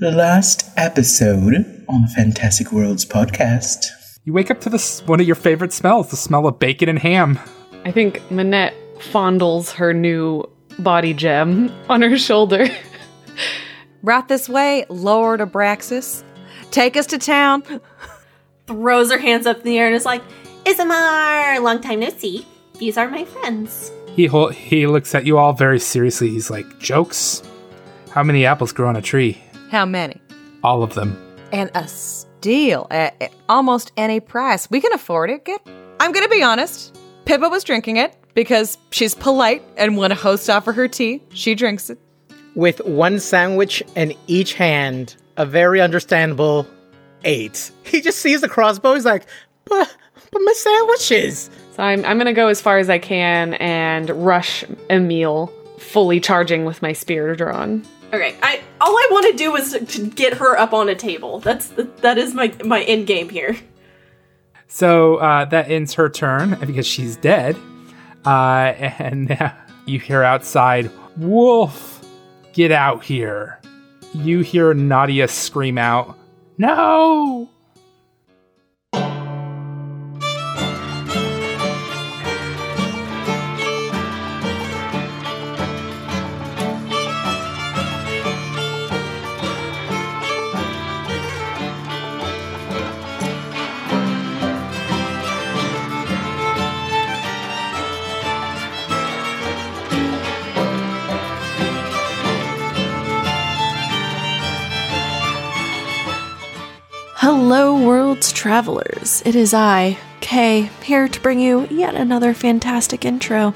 the last episode on Fantastic Worlds podcast. You wake up to this one of your favorite smells, the smell of bacon and ham. I think Manette fondles her new body gem on her shoulder. Right this way, lower to Braxis. Take us to town. Throws her hands up in the air and is like, Isamar, long time no see. These are my friends. He hol- he looks at you all very seriously. He's like, "Jokes? How many apples grow on a tree? How many? All of them." And a steal at, at almost any price. We can afford it. Good. I'm going to be honest. Pippa was drinking it because she's polite and when a host offer her tea, she drinks it. With one sandwich in each hand, a very understandable eight. He just sees the crossbow. He's like, but, but my sandwiches. So I'm, I'm going to go as far as I can and rush Emil, fully charging with my spear drawn. Okay, I all I want to do is to get her up on a table. That's that is my my end game here. So uh, that ends her turn because she's dead. Uh, and uh, you hear outside, Wolf, get out here. You hear Nadia scream out, No! Hello, world's travelers. It is I, Kay, here to bring you yet another fantastic intro.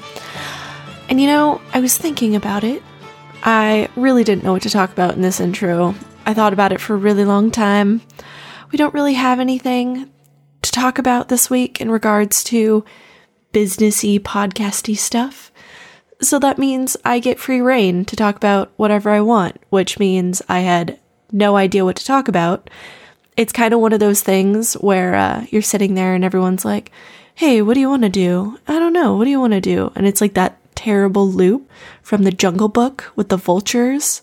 And you know, I was thinking about it. I really didn't know what to talk about in this intro. I thought about it for a really long time. We don't really have anything to talk about this week in regards to businessy, podcasty stuff. So that means I get free reign to talk about whatever I want, which means I had no idea what to talk about it's kind of one of those things where uh, you're sitting there and everyone's like, hey, what do you want to do? I don't know. What do you want to do? And it's like that terrible loop from the jungle book with the vultures.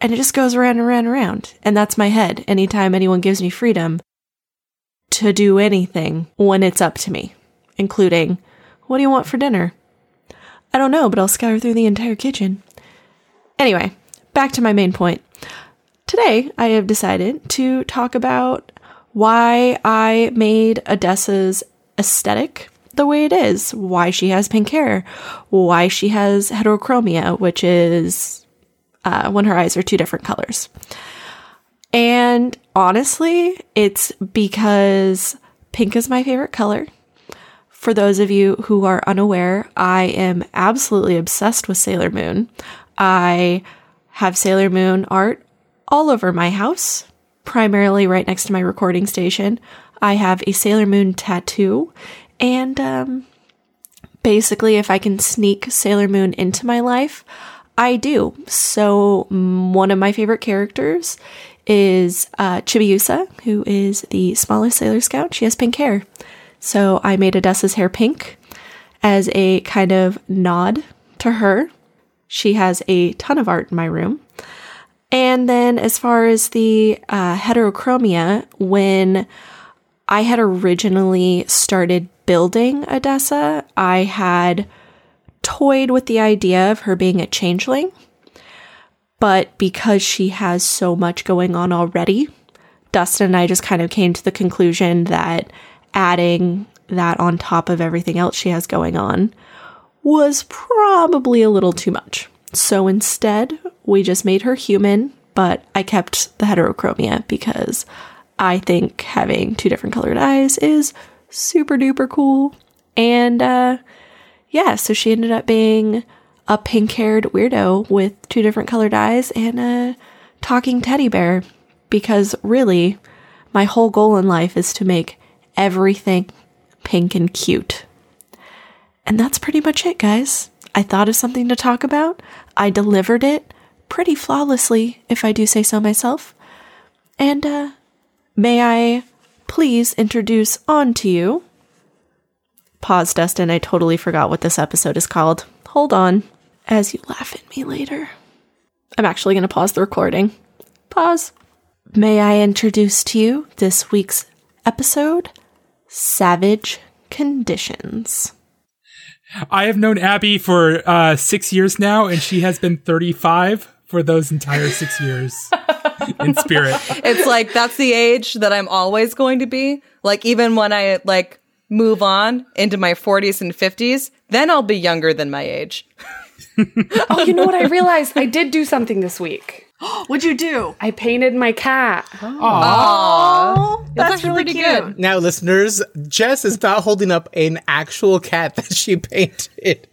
And it just goes around and around and around. And that's my head anytime anyone gives me freedom to do anything when it's up to me, including, what do you want for dinner? I don't know, but I'll scour through the entire kitchen. Anyway, back to my main point. Today, I have decided to talk about why I made Odessa's aesthetic the way it is, why she has pink hair, why she has heterochromia, which is uh, when her eyes are two different colors. And honestly, it's because pink is my favorite color. For those of you who are unaware, I am absolutely obsessed with Sailor Moon. I have Sailor Moon art all over my house, primarily right next to my recording station. I have a Sailor Moon tattoo, and um, basically, if I can sneak Sailor Moon into my life, I do. So, mm, one of my favorite characters is uh, Chibiusa, who is the smallest Sailor Scout. She has pink hair. So, I made Odessa's hair pink as a kind of nod to her. She has a ton of art in my room. And then, as far as the uh, heterochromia, when I had originally started building Odessa, I had toyed with the idea of her being a changeling. But because she has so much going on already, Dustin and I just kind of came to the conclusion that adding that on top of everything else she has going on was probably a little too much. So instead, we just made her human, but I kept the heterochromia because I think having two different colored eyes is super duper cool. And uh, yeah, so she ended up being a pink haired weirdo with two different colored eyes and a talking teddy bear because really, my whole goal in life is to make everything pink and cute. And that's pretty much it, guys. I thought of something to talk about. I delivered it pretty flawlessly, if I do say so myself. And uh, may I please introduce on to you. Pause, Dustin. I totally forgot what this episode is called. Hold on, as you laugh at me later. I'm actually going to pause the recording Pause. May I introduce to you this week's episode Savage Conditions? I have known Abby for uh, six years now, and she has been 35 for those entire six years in spirit. It's like that's the age that I'm always going to be. Like even when I like move on into my 40s and 50s, then I'll be younger than my age. Oh, you know what? I realized I did do something this week. What'd you do? I painted my cat. Oh, That's actually pretty good. Now, listeners, Jess is not holding up an actual cat that she painted.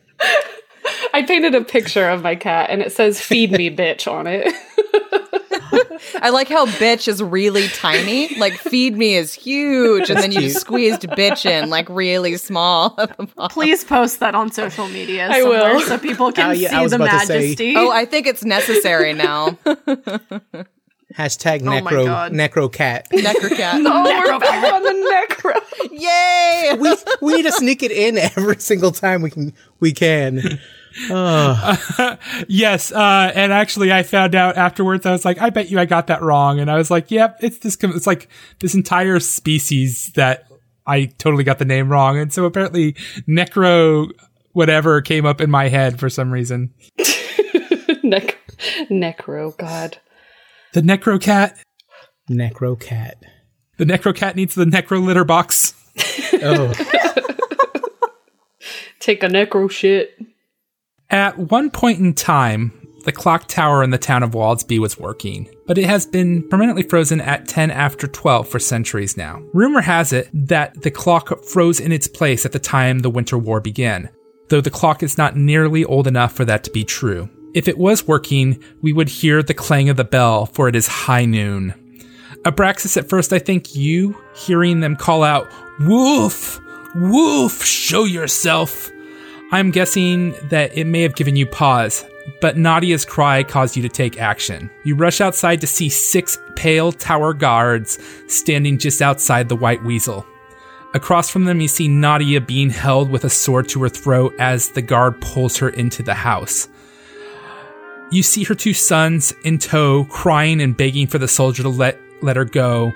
I painted a picture of my cat and it says feed me bitch on it. I like how bitch is really tiny. Like feed me is huge and then you squeezed bitch in like really small. Please post that on social media. I somewhere will. so people can Oh, yeah, I see was the about to say- majesty. oh, I think it's necessary now. Hashtag Oh my necro God. necro cat. Necker cat. oh, we're back on the necro. Yay! we, we need to sneak it in every single time we can. We can. Yes, uh, and actually, I found out afterwards. I was like, "I bet you I got that wrong," and I was like, "Yep, it's this. Com- it's like this entire species that I totally got the name wrong." And so apparently, necro whatever came up in my head for some reason. Nec- necro, God. The necro cat. Necro cat. The necro cat needs the necro litter box. Oh, Take a necro shit. At one point in time, the clock tower in the town of Waldsby was working, but it has been permanently frozen at 10 after 12 for centuries now. Rumor has it that the clock froze in its place at the time the Winter War began, though the clock is not nearly old enough for that to be true. If it was working, we would hear the clang of the bell, for it is high noon. Abraxas, at first, I think you hearing them call out, Woof! Woof! Show yourself! I'm guessing that it may have given you pause, but Nadia's cry caused you to take action. You rush outside to see six pale tower guards standing just outside the White Weasel. Across from them, you see Nadia being held with a sword to her throat as the guard pulls her into the house. You see her two sons in tow, crying and begging for the soldier to let, let her go,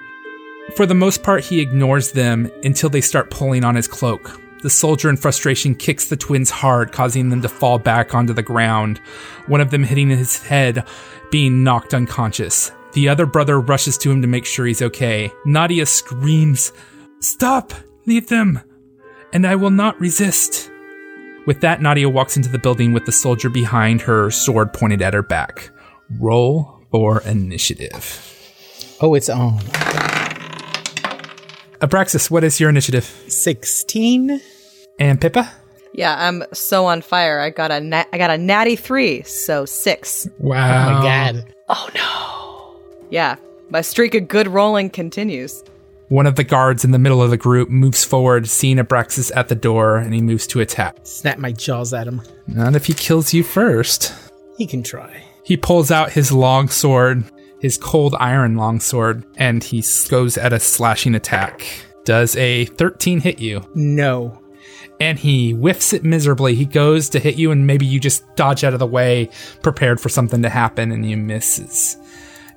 for the most part, he ignores them until they start pulling on his cloak. The soldier in frustration kicks the twins hard, causing them to fall back onto the ground, one of them hitting his head, being knocked unconscious. The other brother rushes to him to make sure he's okay. Nadia screams, Stop! Leave them! And I will not resist! With that, Nadia walks into the building with the soldier behind her, sword pointed at her back. Roll for initiative. oh, it's on. Abraxas, what is your initiative? Sixteen. And Pippa? Yeah, I'm so on fire. I got a na- I got a natty 3, so 6. Wow. My God. Yeah. My streak of good rolling continues. One of the guards in the middle of the group moves forward, seeing Abraxas at the door, and he moves to attack. Snap my jaws at him. Not if he kills you first. He can try. He pulls out his long sword, his cold iron longsword, and he goes at a slashing attack. Does a 13 hit you? No. And he whiffs it miserably. He goes to hit you, and maybe you just dodge out of the way, prepared for something to happen, and you misses.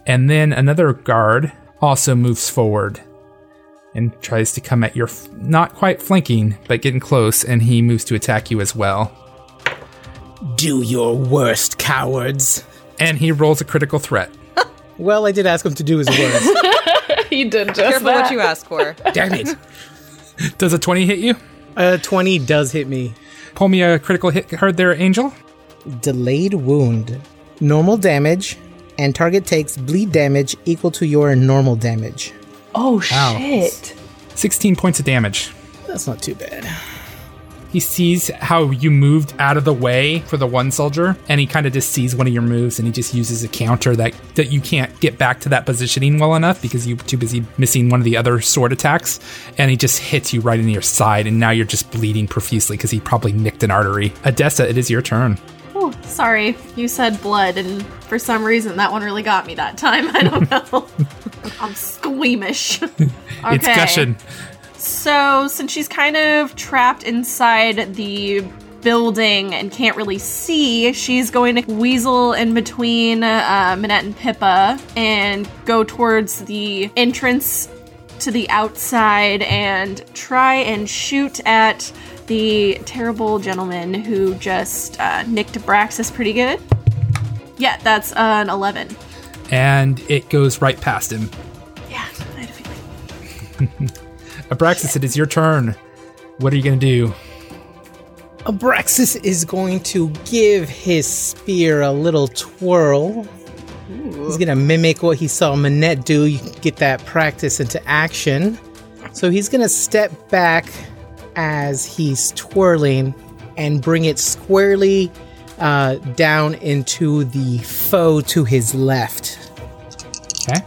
And then another guard also moves forward and tries to come at your f- not quite flanking, but getting close, and he moves to attack you as well. Do your worst, cowards. And he rolls a critical threat. Well, I did ask him to do his worst. He did just Careful what you ask for. Damn it. Does a 20 hit you? Uh, twenty does hit me. Pull me a critical hit card there, Angel. Delayed wound. Normal damage, and target takes bleed damage equal to your normal damage. Oh, shit. 16 points of damage. That's not too bad. He sees how you moved out of the way for the one soldier, and he kind of just sees one of your moves, and he just uses a counter that that you can't get back to that positioning well enough because you're too busy missing one of the other sword attacks, and he just hits you right in your side, and now you're just bleeding profusely because he probably nicked an artery. Odessa, it is your turn. Oh, sorry. You said blood, and for some reason that one really got me that time. I don't know. I'm squeamish. okay. It's gushing. So, since she's kind of trapped inside the building and can't really see, she's going to weasel in between uh, Minette and Pippa and go towards the entrance to the outside and try and shoot at the terrible gentleman who just uh, nicked Braxis pretty good. Yeah, that's an 11. and it goes right past him. Yeah, I had a feeling. Abraxas, it is your turn. What are you going to do? Abraxas is going to give his spear a little twirl. He's going to mimic what he saw Manette do. You can get that practice into action. So he's going to step back as he's twirling and bring it squarely uh, down into the foe to his left. Okay.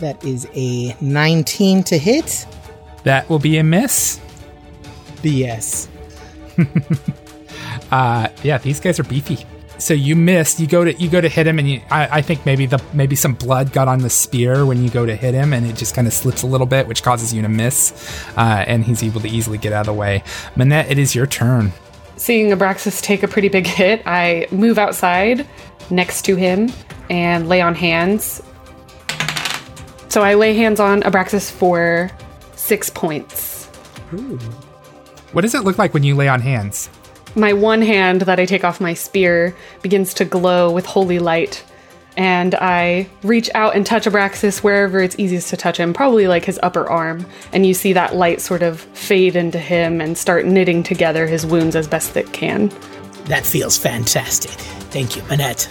That is a 19 to hit. That will be a miss. BS. Uh, yeah, these guys are beefy. So you missed. You go to you go to hit him, and you, I, I think maybe the maybe some blood got on the spear when you go to hit him, and it just kind of slips a little bit, which causes you to miss. Uh, and he's able to easily get out of the way. Manette, it is your turn. Seeing Abraxas take a pretty big hit, I move outside next to him and lay on hands. So I lay hands on Abraxas for six points. What does it look like when you lay on hands? My one hand that I take off my spear begins to glow with holy light, and I reach out and touch Abraxas wherever it's easiest to touch him, probably like his upper arm. And you see that light sort of fade into him and start knitting together his wounds as best it can. That feels fantastic. Thank you, Manette.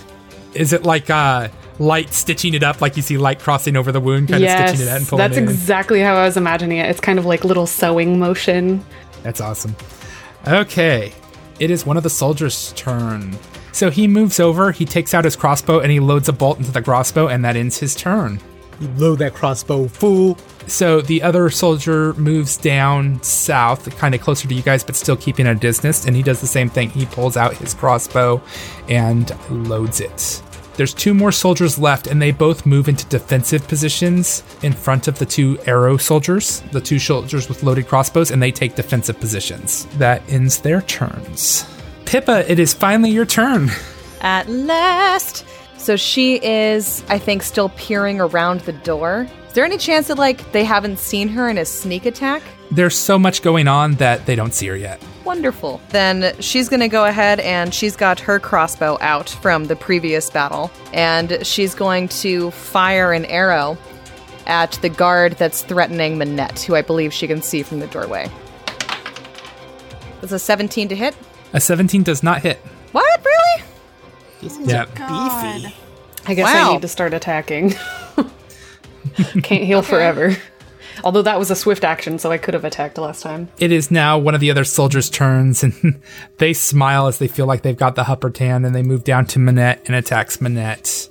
Is it like uh, light stitching it up, like you see light crossing over the wound, kind of stitching it out and pulling that's it in? exactly how I was imagining it. It's kind of like little sewing motion. That's awesome. Okay. It is one of the soldiers' turn. So he moves over, he takes out his crossbow, and he loads a bolt into the crossbow, and that ends his turn. You blow that crossbow, fool. So the other soldier moves down south, kind of closer to you guys, but still keeping a distance, and he does the same thing. He pulls out his crossbow and loads it. There's two more soldiers left, and they both move into defensive positions in front of the two arrow soldiers, the two soldiers with loaded crossbows, and they take defensive positions. That ends their turns. Pippa, it is finally your turn. At last. So she is, I think, still peering around the door. Is there any chance that, like, they haven't seen her in a sneak attack? There's so much going on that they don't see her yet. Wonderful. Then she's going to go ahead and she's got her crossbow out from the previous battle. And she's going to fire an arrow at the guard that's threatening Manette, who I believe she can see from the doorway. That's a 17 to hit. A 17 does not hit. What? Really? Yeah. Beefy. I guess Wow. I need to start attacking. Can't heal forever. Although that was a swift action, so I could have attacked last time. it is now one of the other soldiers' turns, and they smile as they feel like they've got the upper hand, and they move down to Manette and attacks Manette.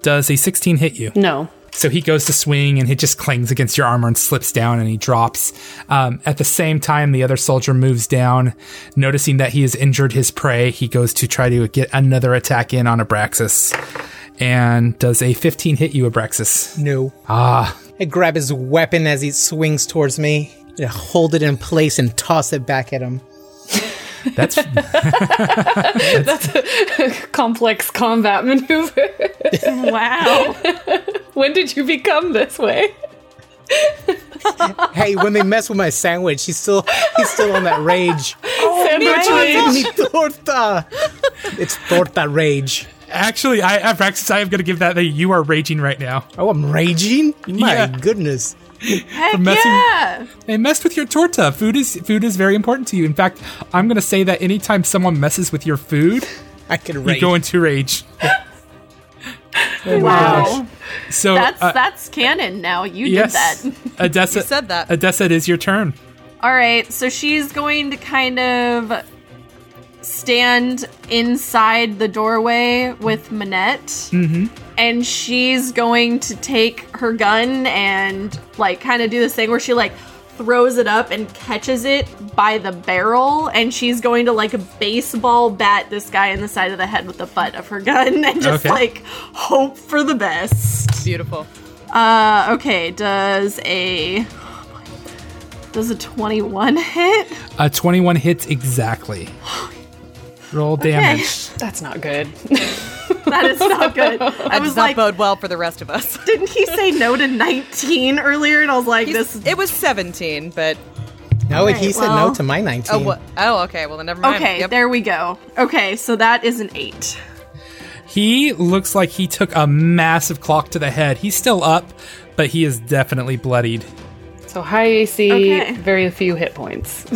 Does a 16 hit you? No. So he goes to swing, and it just clings against your armor and slips down, and he drops. Um, at the same time, the other soldier moves down, noticing that he has injured his prey. He goes to try to get another attack in on Abraxas, and does a 15 hit you, Abraxas? No. Ah. I grab his weapon as he swings towards me. I hold it in place and toss it back at him. That's Complex combat maneuver. Wow. when did you become this way? Hey, when they mess with my sandwich, he's still he's still on that rage. Oh Sandwich Give rage. me torta. It's torta rage. actually, I, Abraxas, I am going to give that that you are raging right now. Oh, I'm raging. My Yeah. goodness. Heck messing- yeah. They messed with your torta. Food is food is very important to you. In fact, I'm gonna say that anytime someone messes with your food, I can you rage. go into rage. Wow. So That's uh, that's canon now. You yes, did that. Odessa You said that. Odessa, it is your turn. All right, so she's going to kind of stand inside the doorway with Manette. Mm-hmm. And she's going to take her gun and, like, kind of do this thing where she, like, throws it up and catches it by the barrel. And she's going to, like, baseball bat this guy in the side of the head with the butt of her gun and just, Okay. like, hope for the best. Beautiful. Uh, okay, does a Does a 21 hit? Uh, 21 hits exactly. Roll Okay. damage. That's not good. That is not good. I That was does not like, bode well for the rest of us. didn't he say no to 19 earlier? And I was like, this it was 17, but No, wait, he said well- no to my 19. oh, wha- oh, okay. Well, then never mind. Okay, Yep. there we go. Okay, so that is an eight. He looks like he took a massive clock to the head. He's still up, but he is definitely bloodied. So high AC, Okay. very few hit points.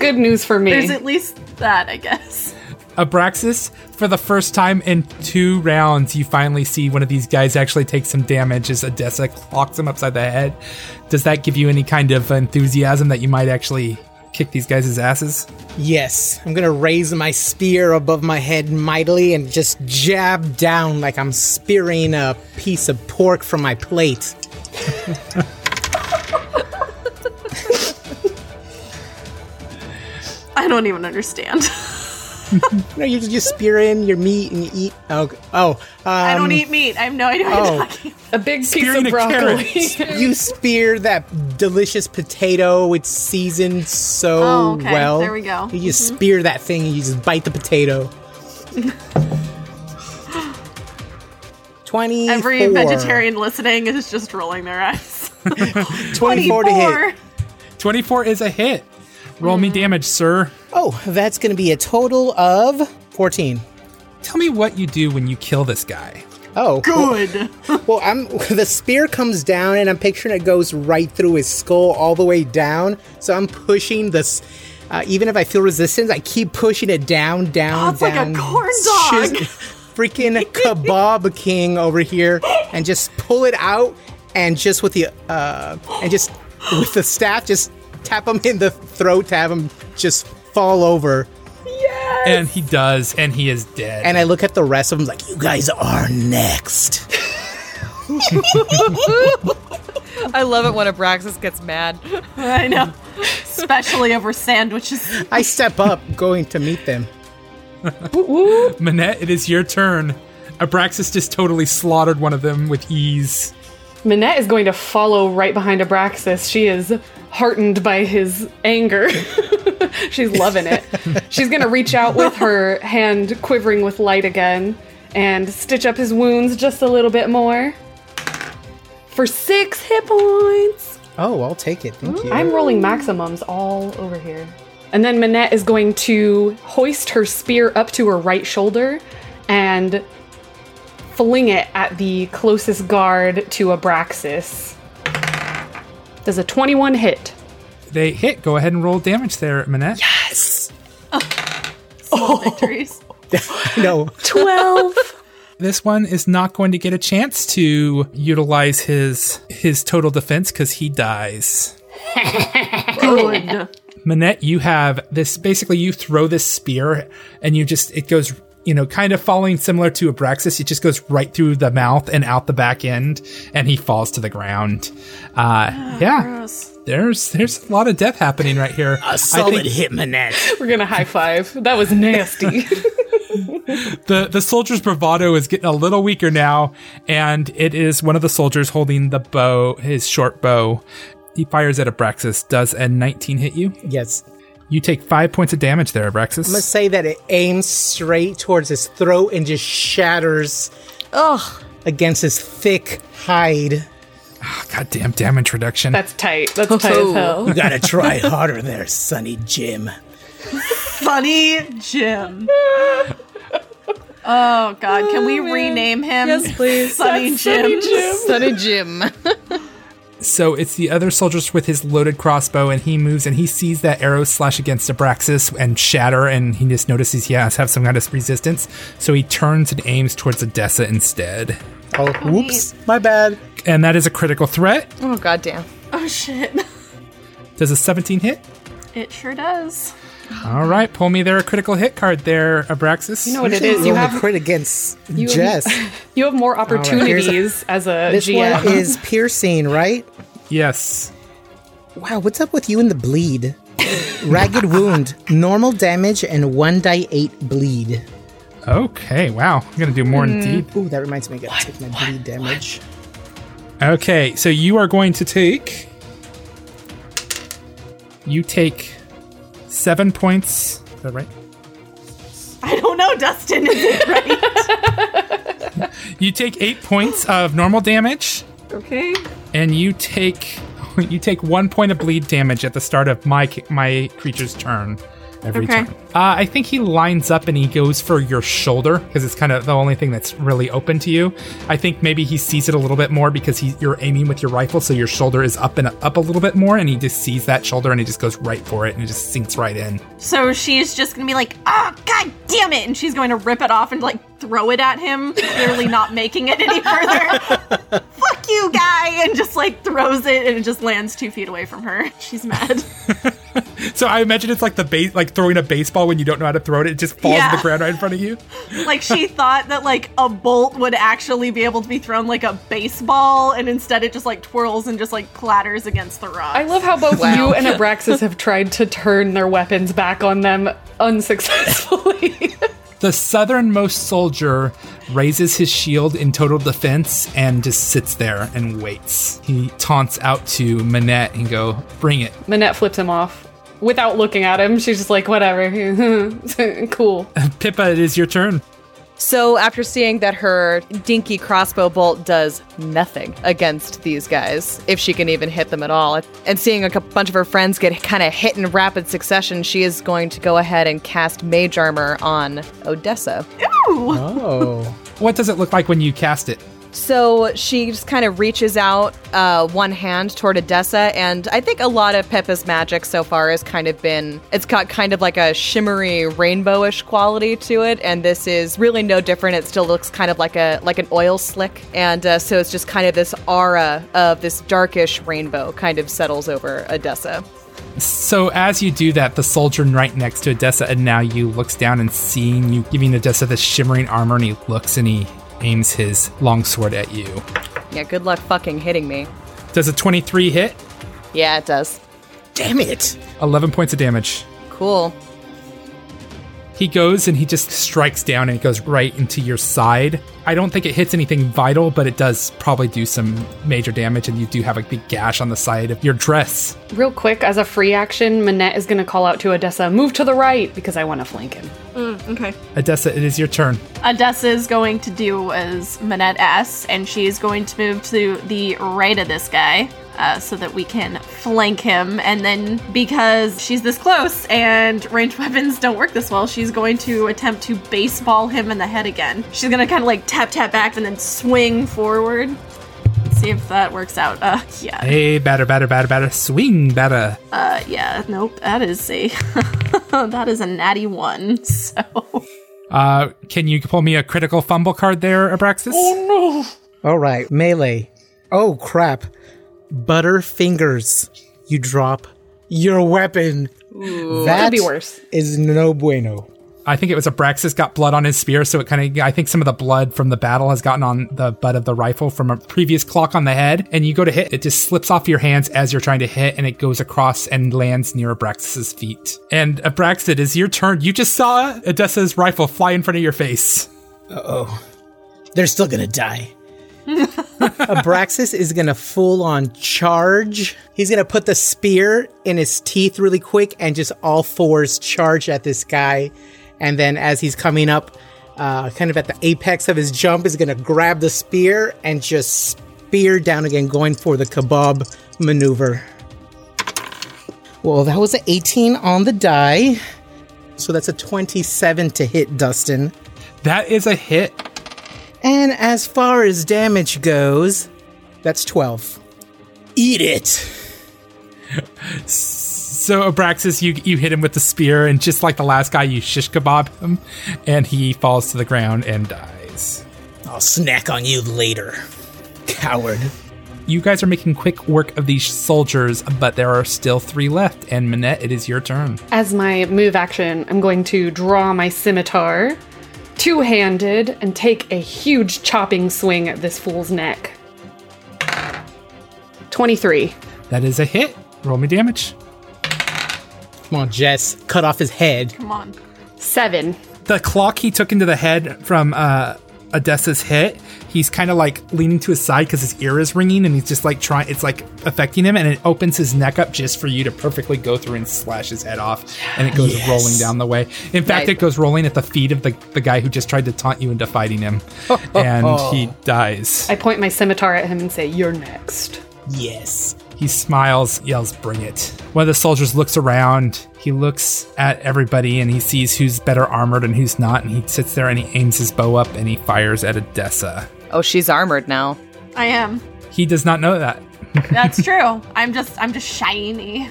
good news for me. There's at least that, I guess. Abraxas, for the first time in two rounds, you finally see one of these guys actually take some damage as Odessa clocks him upside the head. Does that give you any kind of enthusiasm that you might actually kick these guys' asses? Yes, I'm gonna raise my spear above my head mightily and just jab down like I'm spearing a piece of pork from my plate. I don't even understand. You know, you just spear in your meat and you eat. Oh, oh I um, don't eat meat. I have no idea what oh. you're talking about. a big piece Spearing of a broccoli. you spear that delicious potato. It's seasoned so Oh, okay, well. there we go. Mm-hmm. You just spear that thing and you just bite the potato. Twenty. Every vegetarian listening is just rolling their eyes. 24 E to hit. 24. 24 is a hit. Roll me damage, sir. Oh, that's going to be a total of 14. Tell me what you do when you kill this guy. Oh, Good. well, I'm the spear comes down, and I'm picturing it goes right through his skull all the way down. So I'm pushing this. Uh, even if I feel resistance, I keep pushing it down, down, Oh, it's like a down. corn dog. Just freaking kebab king over here, and just pull it out, and just with the uh, and just with the staff, just tap him in the throat, have him just fall over. And he does, and he is dead. And I look at the rest of them like, you guys are next. I love it when Abraxas gets mad. I know. Especially over sandwiches. I step up going to meet them. Manette, it is your turn. Abraxas just totally slaughtered one of them with ease. Minette is going to follow right behind Abraxas. She is heartened by his anger. She's loving it. She's going to reach out with her hand quivering with light again and stitch up his wounds just a little bit more. For six hit points. Oh, I'll take it. Thank you. I'm rolling maximums all over here. And then Minette is going to hoist her spear up to her right shoulder and fling it at the closest guard to Abraxas. Does a 21 hit? They hit. Go ahead and roll damage there, Manette. Small victories. no. 12. This one is not going to get a chance to utilize his his total defense because he dies. Good. Manette, you have this. Basically, you throw this spear, and you just it goes. You know, kind of following similar to Abraxas, it just goes right through the mouth and out the back end, and he falls to the ground. Uh, yeah, there's there's a lot of death happening right here. I think- hit, Manette. We're gonna high five. That was nasty. the the soldier's bravado is getting a little weaker now, and it is one of the soldiers holding the bow, his short bow. He fires at Abraxas. Does a 19 hit you? Yes. You take five points of damage there, Abraxas. Let's say that it aims straight towards his throat and just shatters Ugh. against his thick hide. Ah, Goddamn damage reduction. That's tight. That's tight as hell. You gotta try harder there, Sonny Jim. Funny Jim. Oh God! Can we rename him? Yes, please. Sunny Jim. Sonny Jim. so it's the other soldiers with his loaded crossbow, and he moves and he sees that arrow slash against Abraxas and shatter, and he just notices he has have some kind of resistance. So he turns and aims towards Odessa instead. Oh, whoops. My bad. And that is a critical threat. oh goddamn. Oh shit! Does a 17 hit? It sure does. All right, pull me there a critical hit card there, Abraxas. You know what it is. You Roll a have crit against Jess. you have more opportunities as a This GM. one is piercing, right? yes. Wow, what's up with you and the bleed? Ragged wound, normal damage, and one die eight bleed. Okay. Wow. I'm gonna do more Hmm. in deep. Ooh, that reminds me, I gotta take my bleed damage. Okay. So you are going to take You take seven points. Is that right? I don't know, Dustin. Is it right? You take eight points of normal damage, okay. and you take you take one point of bleed damage at the start of my ca- my creature's turn. Every Okay. turn. Uh, I think he lines up and he goes for your shoulder because it's kind of the only thing that's really open to you. I think maybe he sees it a little bit more because he, you're aiming with your rifle, so your shoulder is up and up a little bit more, and he just sees that shoulder and he just goes right for it and it just sinks right in. So she's just gonna be like, oh, god damn it! And she's going to rip it off and like throw it at him, clearly not making it any further. Fuck you, guy! And just like throws it and it just lands two feet away from her. She's mad. So I imagine it's like the base, like throwing a baseball when you don't know how to throw it. It just falls Yeah. to the ground right in front of you. like she thought that like a bolt would actually be able to be thrown like a baseball, and instead it just like twirls and just like clatters against the rock. I love how both you and Abraxas have tried to turn their weapons back on them unsuccessfully. The southernmost soldier raises his shield in total defense and just sits there and waits. He taunts out to Manette and go, "Bring it." Minette flips him off without looking at him. She's just like, whatever. cool. Pippa, it is your turn. So after seeing that her dinky crossbow bolt does nothing against these guys, if she can even hit them at all, and seeing a cou- bunch of her friends get kind of hit in rapid succession, she is going to go ahead and cast mage armor on Odessa. Oh. What does it look like when you cast it? So she just kind of reaches out uh, one hand toward Odessa, and I think a lot of Pippa's magic so far has kind of been, it's got kind of like a shimmery rainbowish quality to it, and this is really no different. It still looks kind of like a like an oil slick, and uh, so it's just kind of this aura of this darkish rainbow kind of settles over Odessa. So as you do that, the soldier right next to Odessa and now you looks down and seeing you giving Odessa the shimmering armor, and he looks and he aims his longsword at you. Yeah, good luck fucking hitting me. Does a 23 hit? Yeah, it does. Damn it. 11 points of damage. Cool. He goes and he just strikes down and it goes right into your side. I don't think it hits anything vital, but it does probably do some major damage, and you do have a big gash on the side of your dress. Real quick, as a free action, Minette is going to call out to Odessa, move to the right, because I want to flank him. okay. Odessa, it is your turn. Odessa is going to do as Minette asks, and she's going to move to the right of this guy uh, so that we can flank him. And then, because she's this close and ranged weapons don't work this well, she's going to attempt to baseball him in the head again. She's going to kind of like tap, tap back and then swing forward. Let's see if that works out. Uh, yeah. Hey, batter, batter, batter, batter, swing, batter. Uh, yeah. Nope. That is a. that is a natty one. So. Uh, can you pull me a critical fumble card there, Abraxas? All right, melee. Oh crap. Butterfingers. You drop your weapon. that Could be worse. is no bueno. I think it was Abraxas got blood on his spear, so it kind of. I think some of the blood from the battle has gotten on the butt of the rifle from a previous clock on the head, and you go to hit, it just slips off your hands as you're trying to hit, and it goes across and lands near Abraxas's feet. And Abraxas, it is your turn. You just saw Odessa's rifle fly in front of your face. They're still gonna die. Abraxas is gonna full on charge. He's gonna put the spear in his teeth really quick and just all fours charge at this guy. And then as he's coming up, uh, kind of at the apex of his jump, is gonna grab the spear and just spear down again, going for the kebab maneuver. Well, that was an 18 on the die. So that's a 27 to hit, Dustin. That is a hit. And as far as damage goes, that's 12. Eat it! So Abraxas, you you hit him with the spear, and just like the last guy, you shish kebab him, and he falls to the ground and dies. I'll snack on you later. Coward. You guys are making quick work of these soldiers, but there are still three left. And Minette, it is your turn. As my move action, I'm going to draw my scimitar, two handed, and take a huge chopping swing at this fool's neck. 23. That is a hit. Roll me damage. Come on, Jess. Cut off his head. Come on. Seven. The clock he took into the head from uh, Odessa's hit, he's kind of like leaning to his side because his ear is ringing and he's just like trying, it's like affecting him and it opens his neck up just for you to perfectly go through and slash his head off and it goes rolling down the way. In fact, Nice. it goes rolling at the feet of the, the guy who just tried to taunt you into fighting him and he dies. I point my scimitar at him and say, You're next. Yes. He smiles, yells, Bring it. One of the soldiers looks around. He looks at everybody and he sees who's better armored and who's not. And he sits there and he aims his bow up and he fires at Odessa. Oh, she's armored now. I am. He does not know that. That's true. I'm just I'm just shiny.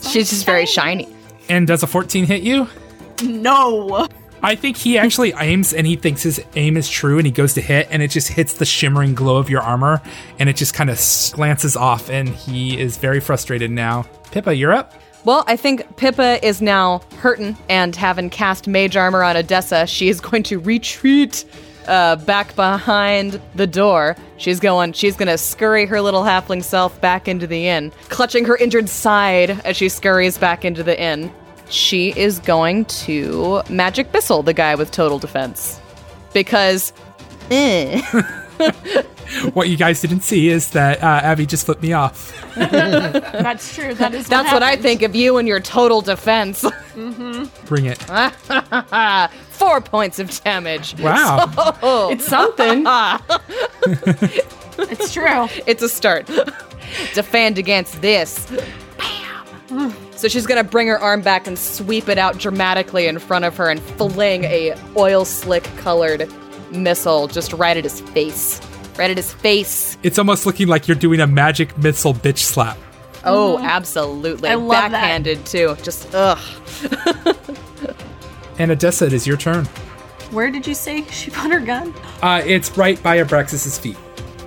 She's just very shiny. And does a 14 hit you? No. I think he actually aims and he thinks his aim is true and he goes to hit and it just hits the shimmering glow of your armor and it just kind of glances off and he is very frustrated now. Pippa, you're up. Well, I think Pippa is now hurting and having cast mage armor on Odessa, she is going to retreat uh, back behind the door. She's going. She's going to scurry her little halfling self back into the inn, clutching her injured side as she scurries back into the inn. She is going to magic missile the guy with total defense because. eh. What you guys didn't see is that uh, Abby just flipped me off. That's true. That is That's what I happened. think of you and your total defense. Bring it. Four points of damage. Wow. It's something. It's true. It's a start. Defend against this. Bam! So she's gonna bring her arm back and sweep it out dramatically in front of her and fling a oil slick colored missile just right at his face. Right at his face. It's almost looking like you're doing a magic missile bitch slap. Oh, absolutely. Mm-hmm. I love that. Backhanded too. Just ugh. And Odessa, it is your turn. Where did you say she put her gun? Uh, it's right by Abraxas's feet.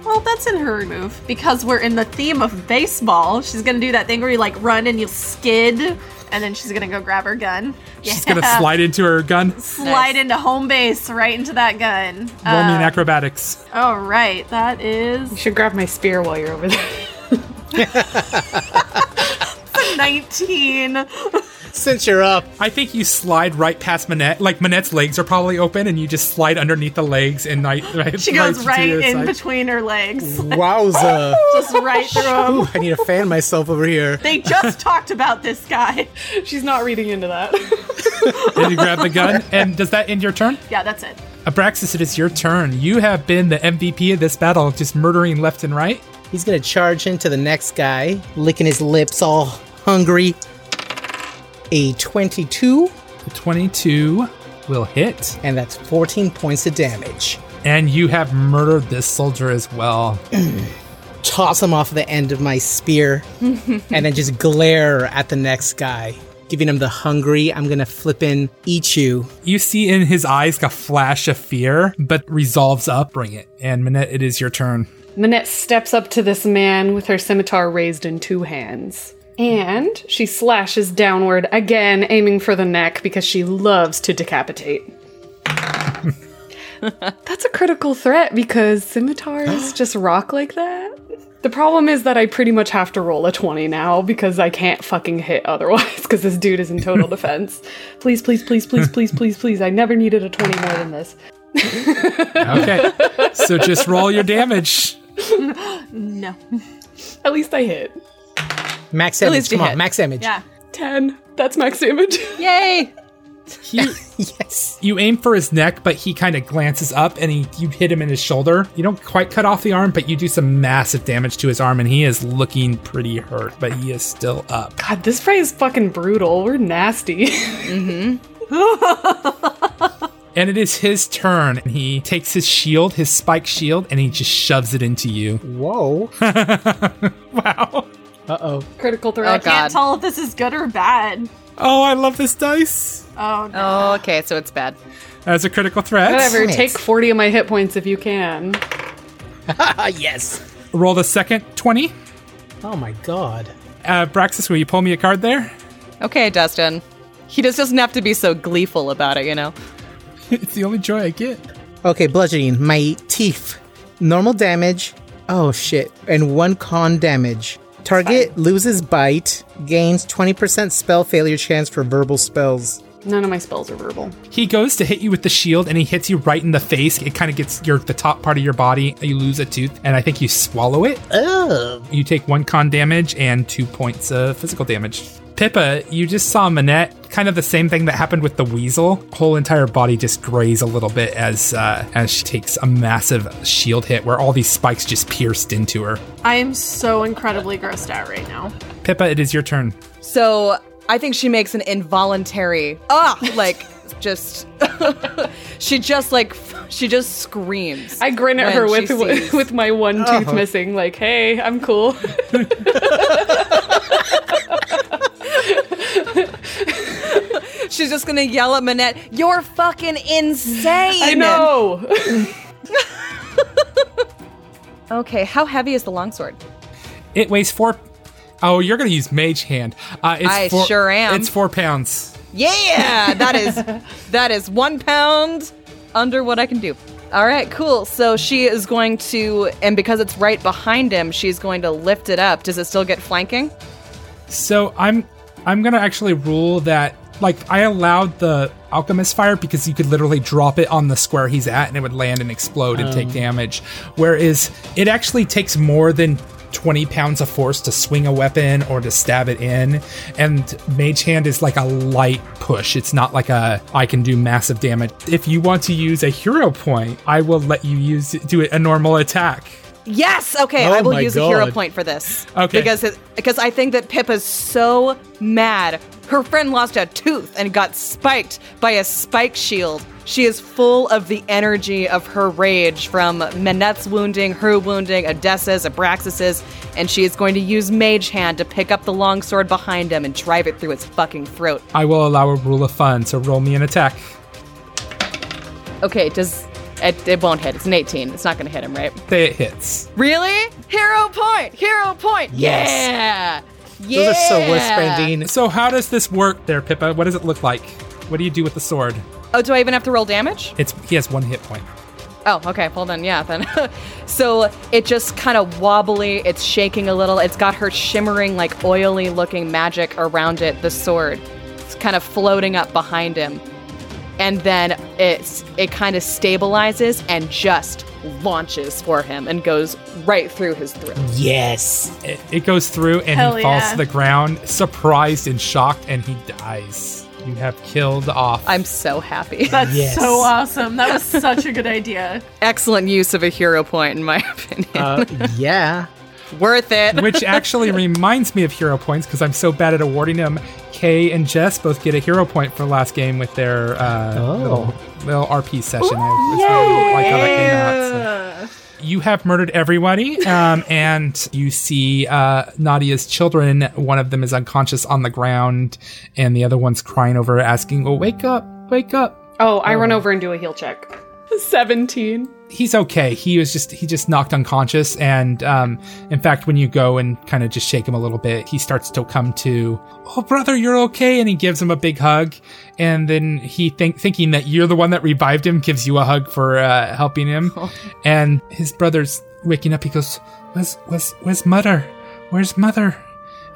Well, that's in her move because we're in the theme of baseball. She's gonna do that thing where you like run and you skid, and then she's gonna go grab her gun. She's gonna slide into her gun. slide Nice. into home base right into that gun. Uh, Roll me an acrobatics. All right, that is You should grab my spear while you're over there. 19. Since you're up, I think you slide right past Manette. Like Manette's legs are probably open, and you just slide underneath the legs and right. right She goes to right your in side. between her Mm. legs, wowza. just right through them. Ooh, I need to fan myself over here. They just talked about this guy. She's not reading into that. And you grab the gun. And does that end your turn? Yeah, that's it. Abraxas, it is your turn. You have been the MVP of this battle, just murdering left and right. He's gonna charge into the next guy, licking his lips, all hungry. A 22, The 22 will hit. and that's 14 points of damage. And you have murdered this soldier as well. Toss him off the end of my spear, and then just glare at the next guy, giving him the hungry, I'm gonna flippin' eat you. You see in his eyes a flash of fear, but resolves up. Bring it. And Minette, it is your turn. Minette steps up to this man with her scimitar raised in two hands. And she slashes downward again, aiming for the neck because she loves to decapitate. That's a critical threat because scimitars just rock like that. The problem is that I pretty much have to roll a 20 now because I can't fucking hit otherwise because this dude is in total defense. Please, please, please, please, please, please, please. I never needed a 20 more than this. Okay. so just roll your damage. No. At least I hit. Max damage, least you come on, hit. max damage. Yeah. 10. That's max damage. Yay! He, Yes. you aim for his neck, but he kind of glances up and he, you hit him in his shoulder. You don't quite cut off the arm, but you do some massive damage to his arm, and he is looking pretty hurt, but he is still up. God, Uh, this fight is fucking brutal. We're nasty. And it is his turn. And he takes his shield, his spike shield, and he just shoves it into you. Whoa. Wow. Uh oh. Critical Oh threat. god. Can't tell if this is good or bad. Oh, I love this dice. Oh, no. Oh, okay, so it's bad. That's a critical threat. Whatever. Nice. Take 40 of my hit points if you can. Ah, yes. Roll the second 20. Oh my god. Uh, Braxis, will you pull me a card there? Okay, Dustin. He just doesn't have to be so gleeful about it, you know? it's the only joy I get. Okay, bludgeoning. My teeth. Normal damage. Oh shit. And one con damage. Target loses bite, gains 20% spell failure chance for verbal spells. None of my spells are verbal. He goes to hit you with the shield and he hits you right in the face. It kind of gets your the top part of your body. You lose a tooth and I think you swallow it. Oh. You take one con damage and two points of physical damage. Pippa, you just saw Manette. Kind of the same thing that happened with the weasel. Whole entire body just grays a little bit as uh, as she takes a massive shield hit, where all these spikes just pierced into her. I am so incredibly grossed out right now. Pippa, it is your turn. So I think she makes an involuntary ah, like just she just like she just screams. I grin at when her she with sees- Oh. with my one tooth missing. Like, hey, I'm cool. She's just gonna yell at Manette, "You're fucking insane!" I know. Okay, how heavy is the longsword? It weighs four Oh, you're gonna use mage hand. Uh, it's I four, sure am. It's four pounds. Yeah, that is that is one pound under what I can do. All right, cool. So she is going to, and because it's right behind him, she's going to lift it up. Does it still get flanking? So I'm I'm gonna actually rule that like I allowed the alchemist fire because you could literally drop it on the square he's at and it would land and explode and take damage. Whereas it actually takes more than 20 pounds of force to swing a weapon or to stab it in. And Mage Hand is like a light push. It's not like a I can do massive damage. If you want to use a hero point, I will let you use do it a normal attack. Yes. Okay, Oh I will my use a hero God. point for this. Okay. Because it, because I think that Pippa's so mad. Her friend lost a tooth and got spiked by a spike shield. She is full of the energy of her rage from Manette's wounding, her wounding, Odessa's, Abraxas's, and she is going to use Mage Hand to pick up the longsword behind him and drive it through its fucking throat. I will allow a rule of fun, so roll me an attack. Okay, does it, it won't hit. It's an 18. It's not going to hit him, right? Say it hits. Really? Hero point! Hero point! Yeah! Yeah! Those are so worth spending. So how does this work there, Pippa? What does it look like? What do you do with the sword? Oh, do I even have to roll damage? It's he has one hit point. Oh, okay. Hold on. Yeah, then. so it just kind of wobbly. It's shaking a little. It's got her shimmering, like oily looking magic around it, the sword. It's kind of floating up behind him. And then it's it kind of stabilizes and just launches for him and goes right through his throat. Yes. It, it goes through and Hell he falls yeah. to the ground, surprised and shocked, and he dies. You have killed off. I'm so happy. That's Yes. so awesome. That was such a good idea. Excellent use of a hero point, in my opinion. Uh, yeah. Worth it. which actually reminds me of hero points because I'm so bad at awarding them. Kay and Jess both get a hero point for last game with their uh, little, little RP session. I it's really like how that came out. so. you have murdered everybody, um, and you see uh, Nadia's children. One of them is unconscious on the ground, and the other one's crying over, asking, "Oh, wake up, wake up!" Oh, I run over and do a heal check. Seventeen. He's okay. He was just he just knocked unconscious, and um, in fact, when you go and kind of just shake him a little bit, he starts to come to. Oh, brother, you're okay, and he gives him a big hug, and then he think thinking that you're the one that revived him, gives you a hug for uh, helping him, and his brother's waking up. He goes, "Where's where's where's mother? Where's mother?"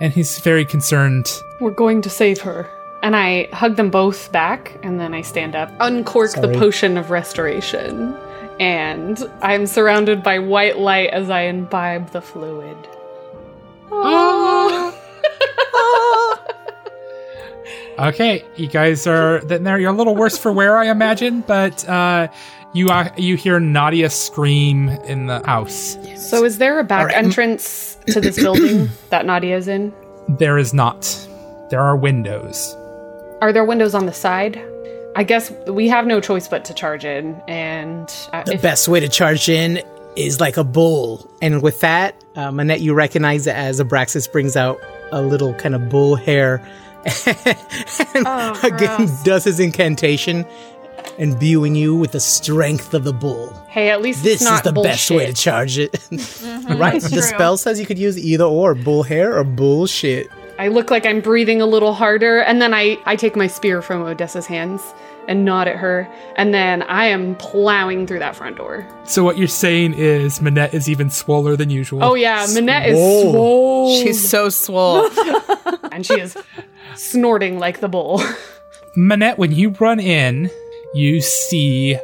And he's very concerned. We're going to save her. And I hug them both back, and then I stand up, uncork the potion of restoration, and I'm surrounded by white light as I imbibe the fluid. Okay, you guys are then there. You're a little worse for wear, I imagine, but uh, you are, you hear Nadia scream in the house. So, is there a back entrance to this building that Nadia's in? There is not. There are windows. Are there windows on the side? I guess we have no choice but to charge in, and uh, The if- best way to charge in is like a bull. And with that, uh, Manette, you recognize it as Abraxas brings out a little kind of bull hair and Oh, again does his incantation, imbuing you with the strength of the bull. hey, at least This it's not is the best way to bullshit. Mm-hmm. charge it. right? The spell says you could use either or bull hair or bullshit. I look like I'm breathing a little harder, and then I, I take my spear from Odessa's hands and nod at her, and then I am plowing through that front door. So what you're saying is Manette is even swoller than usual. Oh yeah, Minette is Swole. swole, She's so swole. and she is snorting like the bull. Manette, when you run in, you see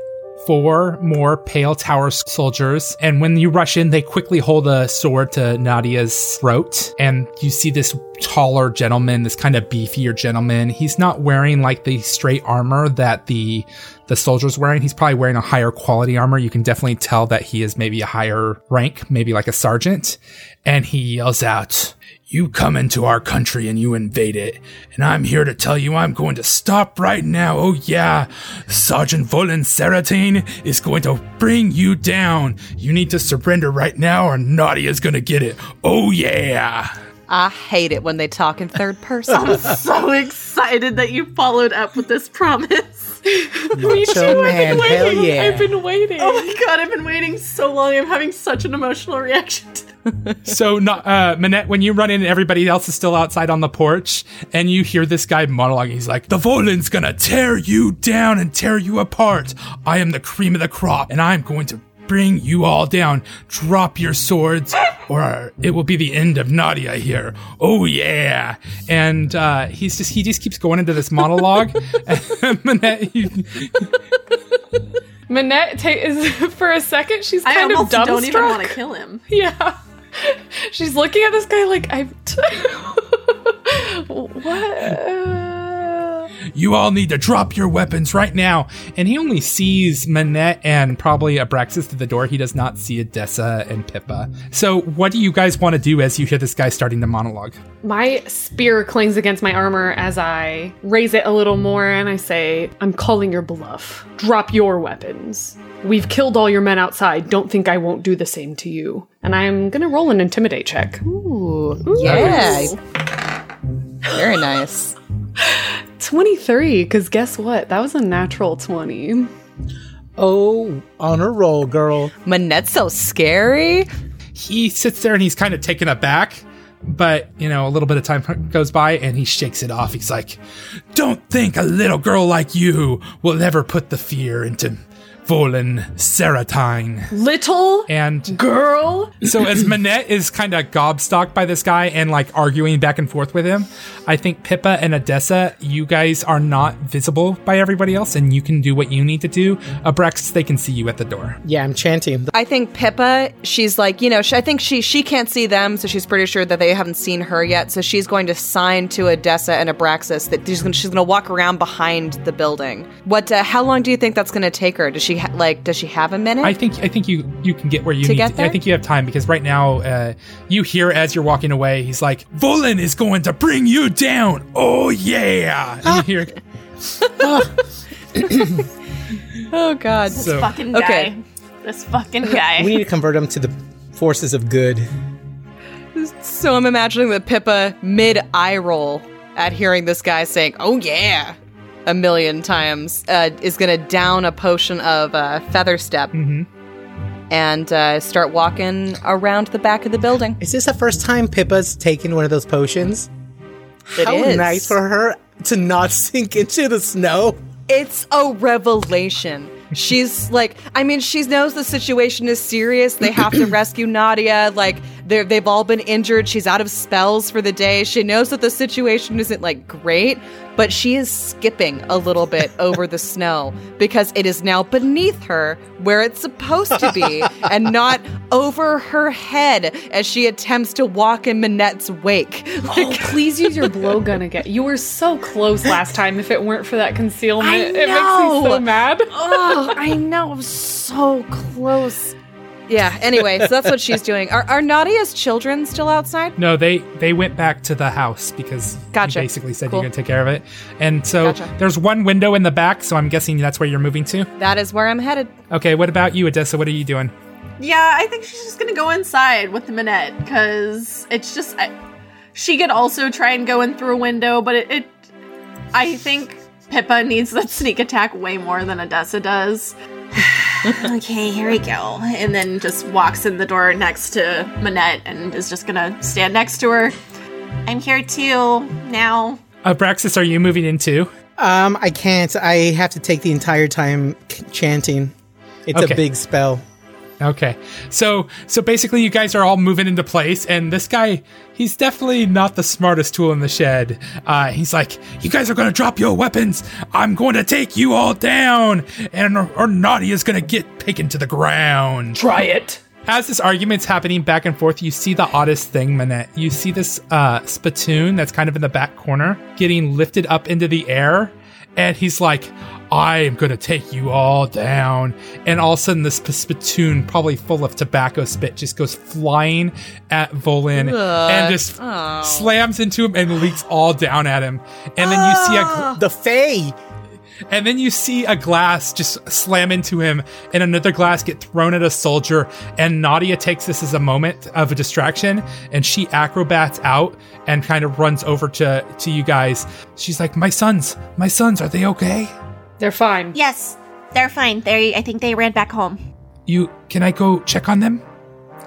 four more pale tower s- soldiers, and when you rush in, they quickly hold a sword to Nadia's throat, and you see this taller gentleman, this kind of beefier gentleman. He's not wearing like the straight armor that the the soldier's wearing. He's probably wearing a higher quality armor. You can definitely tell that he is maybe a higher rank, maybe like a sergeant. And he yells out, you come into our country and you invade it, and I'm here to tell you I'm going to stop right now. Oh, yeah. Sergeant Volan Seratain is going to bring you down. You need to surrender right now, or Nadia's going to get it. Oh, yeah. I hate it when they talk in third person. so excited that you followed up with this promise. Me too. Macho man, hell I've yeah. been waiting. Oh my god, I've been waiting so long. I'm having such an emotional reaction to that. So, Na- uh, Manette, when you run in, everybody else is still outside on the porch, and you hear this guy monologue. He's like, The Volan's gonna tear you down and tear you apart. I am the cream of the crop, and I'm going to bring you all down. Drop your swords, or it will be the end of Nadia here. Oh, yeah. And uh, he's just, he just keeps going into this monologue. and Manette, you, Manette ta- is for a second she's I kind of almost dumbstruck. don't even want to kill him. Yeah. She's looking at this guy like I. what? You all need to drop your weapons right now. And he only sees Manette and probably Abraxas through the door. He does not see Edessa and Pippa. So, what do you guys want to do as you hear this guy starting the monologue? My spear clings against my armor as I raise it a little more and I say, "I'm calling your bluff. Drop your weapons. We've killed all your men outside. Don't think I won't do the same to you." And I'm gonna roll an intimidate check. yeah. Very nice. 23, because guess what? That was a natural 20. Oh, on a roll, girl. Manette's so scary. He sits there and he's kind of taken aback. But, you know, a little bit of time goes by and he shakes it off. He's like, Don't think a little girl like you will ever put the fear into Volan Seratine. Little And girl? So as Manette is kind of gobstocked by this guy and like arguing back and forth with him, I think Pippa and Odessa, you guys are not visible by everybody else, and you can do what you need to do. Abraxas, they can see you at the door. Yeah, I'm chanting. I think Pippa, she's like, you know, she, I think she she can't see them, so she's pretty sure that they haven't seen her yet. So she's going to sign to Odessa and Abraxas that she's going she's going to walk around behind the building. What? Uh, how long do you think that's going to take her? Does she ha- like? Does she have a minute? I think I think you you can get where you To need. get to, I there? think you have time because right now uh, you hear as you're walking away, he's like, "Volan is going to bring you down." Oh yeah! Ah, And you hear oh God. so. Fucking guy. Okay. This fucking We guy. need to convert him to the forces of good. So I'm imagining that Pippa mid eye roll at hearing this guy saying, "Oh yeah," a million times uh, is going to down a potion of uh, feather step. And uh, start walking around the back of the building. Is this the first time Pippa's taken one of those potions? It How is. nice for her to not sink into the snow. It's a revelation. She's like, I mean, she knows the situation is serious. They have to rescue Nadia. Like, they're- they've all been injured. She's out of spells for the day. She knows that the situation isn't like great, but she is skipping a little bit over the snow because it is now beneath her where it's supposed to be and not over her head as she attempts to walk in Minette's wake. Oh, please use your blowgun again. You were so close last time. If it weren't for that concealment, it makes me so know. mad. oh, I know. I'm so close. Yeah, anyway, so that's what she's doing. Are, are Nadia's children still outside? No, they they went back to the house because you Gotcha. basically said Cool. you're gonna take care of it. And so Gotcha. there's one window in the back, so I'm guessing that's where you're moving to. That is where I'm headed. Okay, what about you, Odessa? What are you doing? Yeah, I think she's just gonna go inside with the Minette, because it's just I, she could also try and go in through a window, but it, it I think Pippa needs that sneak attack way more than Odessa does. okay, here we go. And then just walks in the door next to Minette and is just gonna stand next to her. I'm here too now. Abraxas, Uh, are you moving in too? Um, I can't. I have to take the entire time c- chanting. It's Okay. a big spell. Okay. So so basically you guys are all moving into place and this guy he's definitely not the smartest tool in the shed. Uh, he's like, "You guys are going to drop your weapons. I'm going to take you all down and or Nadia's going to get taken to the ground." Try it. As this argument's happening back and forth, you see the oddest thing, Manette. You see this uh, spittoon that's kind of in the back corner getting lifted up into the air, and he's like, I am going to take you all down. And all of a sudden, this p- spittoon, probably full of tobacco spit, just goes flying at Volin and just slams into him and leaks all down at him. And then you see a. gl- The Fae! and then you see a glass just slam into him and another glass get thrown at a soldier. And Nadia takes this as a moment of a distraction and she acrobats out and kind of runs over to, to you guys. She's like, My sons, my sons, are they okay? They're fine. Yes, they're fine. They, I think they ran back home. You can I go check on them?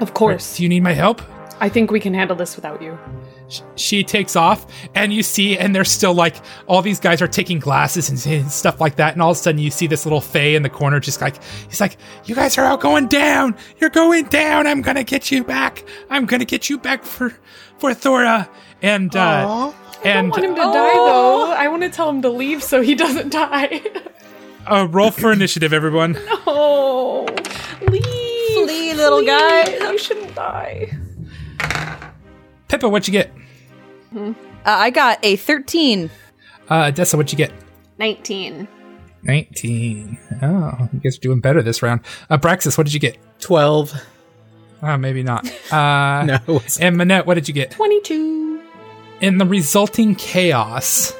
Of course. Do you need my help? I think we can handle this without you. Sh- She takes off, and you see, and they're still like all these guys are taking glasses and, and stuff like that. And all of a sudden, you see this little Faye in the corner, just like he's like, "You guys are all going down. You're going down. I'm gonna get you back. I'm gonna get you back for for Thora." And uh, I and want him to die though. I want to tell him to leave so he doesn't die. uh, roll for initiative, everyone. oh, leave. Flee, little guy. Uh, You shouldn't die. Pippa, what you get? Uh, I got a 13. Uh, Dessa, what you get? 19. 19. Oh, you guys are doing better this round. Uh, Braxis, what did you get? 12. Uh, maybe not. Uh, No, it's- And Manette, what did you get? E 22. In the resulting chaos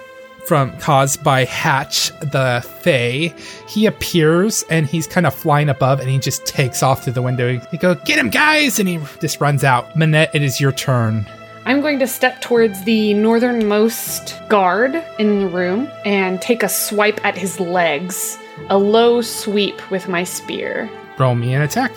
from caused by Hatch the Fay, he appears and he's kind of flying above and he just takes off through the window. He go, get him, guys! And he just runs out. Manette, it is your turn. I'm going to step towards the northernmost guard in the room and take a swipe at his legs. A low sweep with my spear. Roll me an attack.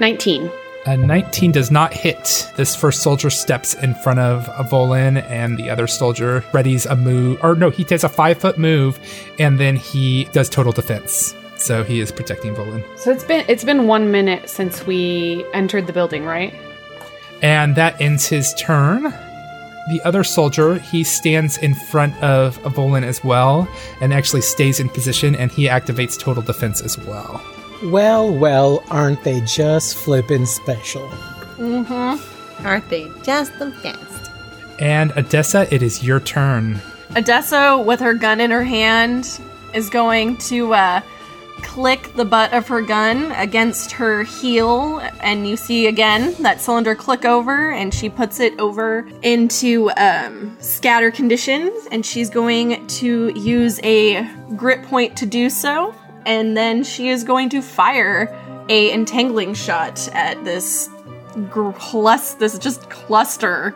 19. A 19 does not hit. This first soldier steps in front of Volin, and the other soldier readies a move. Or, no, he takes a five foot move, and then he does total defense. So he is protecting Volin. So it's been it's been 1 minute since we entered the building, right? And that ends his turn. The other soldier, he stands in front of Volin as well, and actually stays in position, and he activates total defense as well. Well, well, aren't they just flippin' special? Aren't they just the best? And Odessa, it is your turn. Odessa, with her gun in her hand, is going to uh, click the butt of her gun against her heel, and you see again that cylinder click over, and she puts it over into um, scatter conditions, and she's going to use a grip point to do so, and then she is going to fire a entangling shot at this gr- clus- this just cluster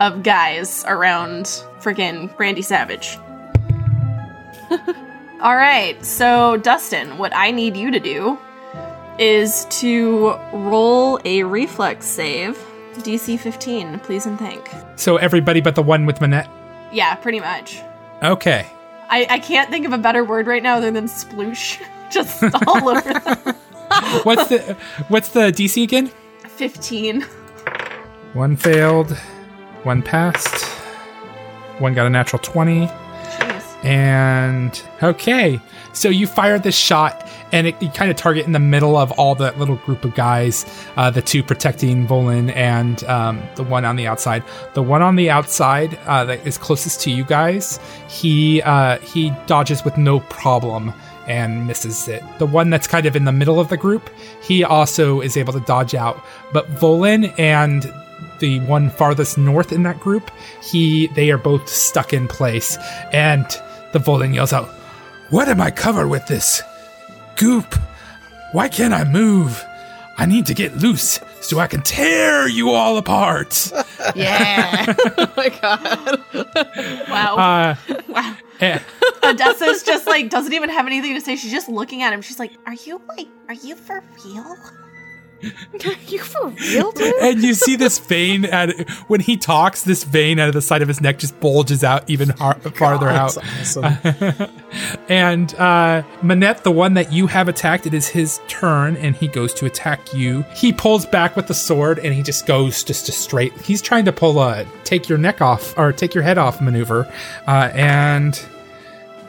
of guys around freaking Brandy Savage. All right, so Dustin, what I need you to do is to roll a reflex save, DC 15, please and thank. So everybody but the one with Manette. Yeah, pretty much. Okay. I, I can't think of a better word right now other than sploosh. Just all over the What's the what's the DC again? 15. One failed, one passed, one got a natural 20. Jeez. And okay, so you fire this shot, and it, you kind of target in the middle of all that little group of guys, uh, the two protecting Volin and um, the one on the outside. The one on the outside uh, that is closest to you guys, he uh, he dodges with no problem and misses it. The one that's kind of in the middle of the group, he also is able to dodge out. But Volin and the one farthest north in that group, he they are both stuck in place, and the Volin yells out, "What am I covered with this goop? Why can't I move? I need to get loose so I can tear you all apart." Yeah. oh my god. Wow. Uh, eh, Odessa's just like, doesn't even have anything to say. She's just looking at him. She's like, Are you like, are you for real? you for real, dude? And you see this vein at when he talks, this vein out of the side of his neck just bulges out even har- farther out. That's awesome. And uh, Manette, the one that you have attacked, it is his turn, and he goes to attack you. He pulls back with the sword, and he just goes just a straight. He's trying to pull a take your neck off or take your head off maneuver, uh, and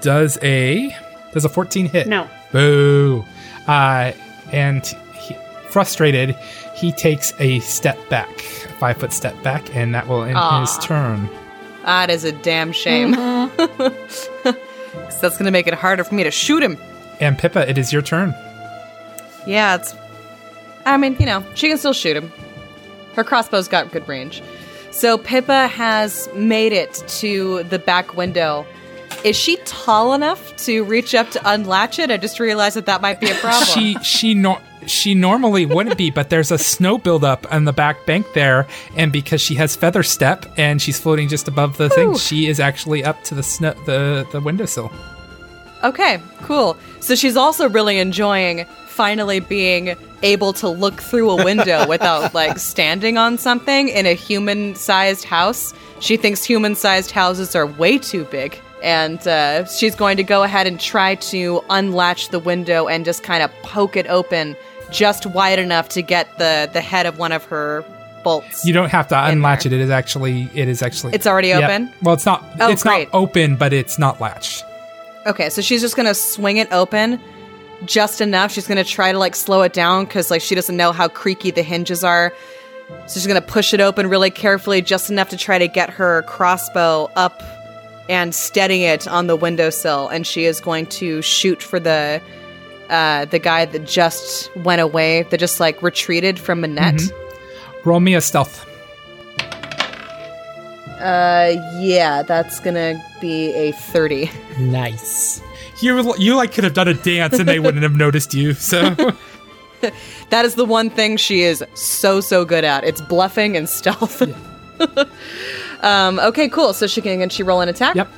does a does a fourteen hit? No. Boo. Uh, and he, frustrated, he takes a step back, a five foot step back, and that will end his turn. That is a damn shame. Mm-hmm. 'Cause that's gonna make it harder for me to shoot him. And Pippa, it is your turn. Yeah, it's. I mean, you know, she can still shoot him. Her crossbow's got good range. So Pippa has made it to the back window. Is she tall enough to reach up to unlatch it? I just realized that that might be a problem. she she nor- she normally wouldn't be, but there's a snow buildup on the back bank there, and because she has feather step and she's floating just above the thing, she is actually up to the snow the the windowsill. Okay, cool. So she's also really enjoying finally being able to look through a window without like standing on something in a human sized house. She thinks human sized houses are way too big. And uh, she's going to go ahead and try to unlatch the window and just kind of poke it open just wide enough to get the, the head of one of her bolts. You don't have to In unlatch it. there. It is actually it is actually It's already Yep. open? Well, it's not Oh, it's great. not open, but it's not latched. Okay, so she's just gonna swing it open just enough. She's gonna try to like slow it down because like she doesn't know how creaky the hinges are. So she's gonna push it open really carefully, just enough to try to get her crossbow up and steady it on the windowsill. And she is going to shoot for the uh, the guy that just went away, that just like retreated from Manette. Roll me a stealth. Uh, yeah, that's gonna be a thirty. nice. You you like could have done a dance and they wouldn't have noticed you. So That is the one thing she is so so good at. It's bluffing and stealth. um, okay, cool. So she can and she roll an attack. yep.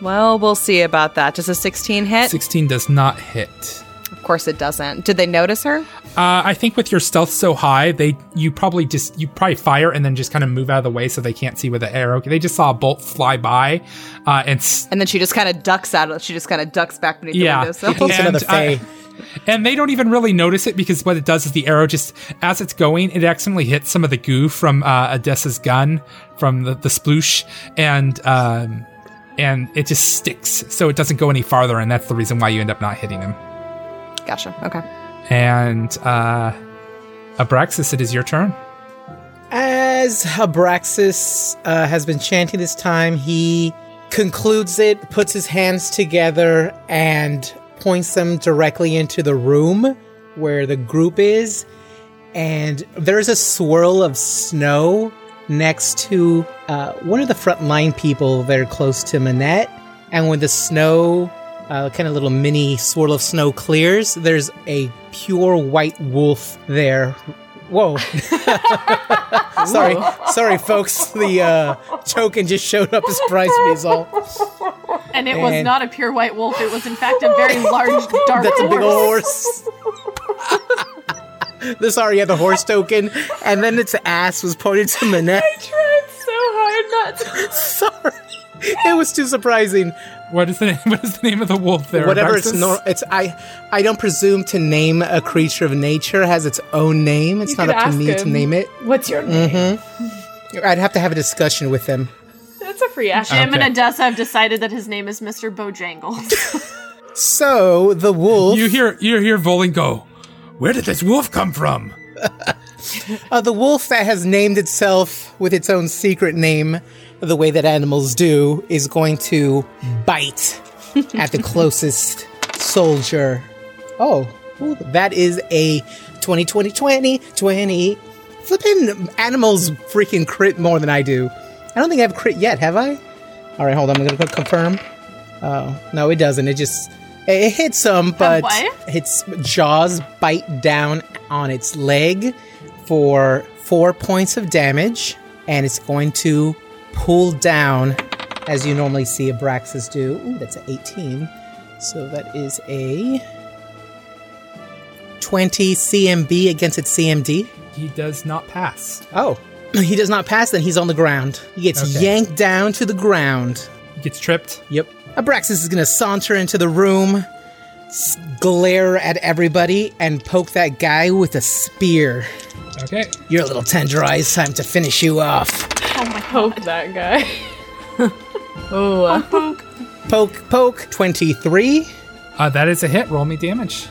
Well, we'll see about that. Does a sixteen hit? 16 does not hit. Of course it doesn't. Did they notice her? Uh, I think with your stealth so high, they you probably just you probably fire and then just kind of move out of the way so they can't see where the arrow. They just saw a bolt fly by, uh, and s- And then she just kind of ducks out. of- She just kind of ducks back beneath yeah, the window. So. It's another uh, Fae. and they don't even really notice it because what it does is the arrow just as it's going, it accidentally hits some of the goo from uh, Odessa's gun from the the sploosh, and um, and it just sticks, so it doesn't go any farther, and that's the reason why you end up not hitting him. Gotcha. Okay. And uh, Abraxas, it is your turn. As Abraxas uh, has been chanting this time, he concludes it, puts his hands together, and points them directly into the room where the group is. And there's a swirl of snow next to uh, one of the frontline people that are close to Manette. And when the snow, uh, kind of little mini swirl of snow clears, there's a pure white wolf there. Whoa. sorry, sorry, folks. The uh, token just showed up and surprised me. Is all. And it was And- not a pure white wolf. It was, in fact, a very large, dark That's a big old horse. horse. the sorry, yeah, the horse token, and then its ass was pointed to Manette. I tried so hard not to. sorry, it was too surprising. What is the name, what is the name of the wolf there? Whatever it's, Abraxas? nor- it's I. I don't presume to name a creature of nature has its own name. It's You not could up to ask me to him. name it. What's your name? Mm-hmm. I'd have to have a discussion with them. That's a free action. Jim Okay. and Odessa have decided that his name is Mr. Bojangles. So the wolf. You hear you hear Volin go, Where did this wolf come from? Uh, the wolf that has named itself with its own secret name, the way that animals do, is going to bite at the closest soldier. Oh, ooh, that is a 20, 20, 20, 20. Flippin' animals freaking crit more than I do. I don't think I have crit yet, have I? All right, hold on. I'm going to confirm. Oh, no, it doesn't. It just. It it hits some, but what? its jaws bite down on its leg for four points of damage, and it's going to pull down, as you normally see Abraxas do. Ooh, that's an 18. So that is a 20 CMB against its CMD? He does not pass. Oh. He does not pass, then he's on the ground. He gets Okay. yanked down to the ground. He gets tripped. Yep. Abraxas is going to saunter into the room, s- glare at everybody, and poke that guy with a spear. Okay. You're a little tenderized. Time to finish you off. Poke that guy. Poke, poke. 23. Uh, that is a hit. Roll me damage.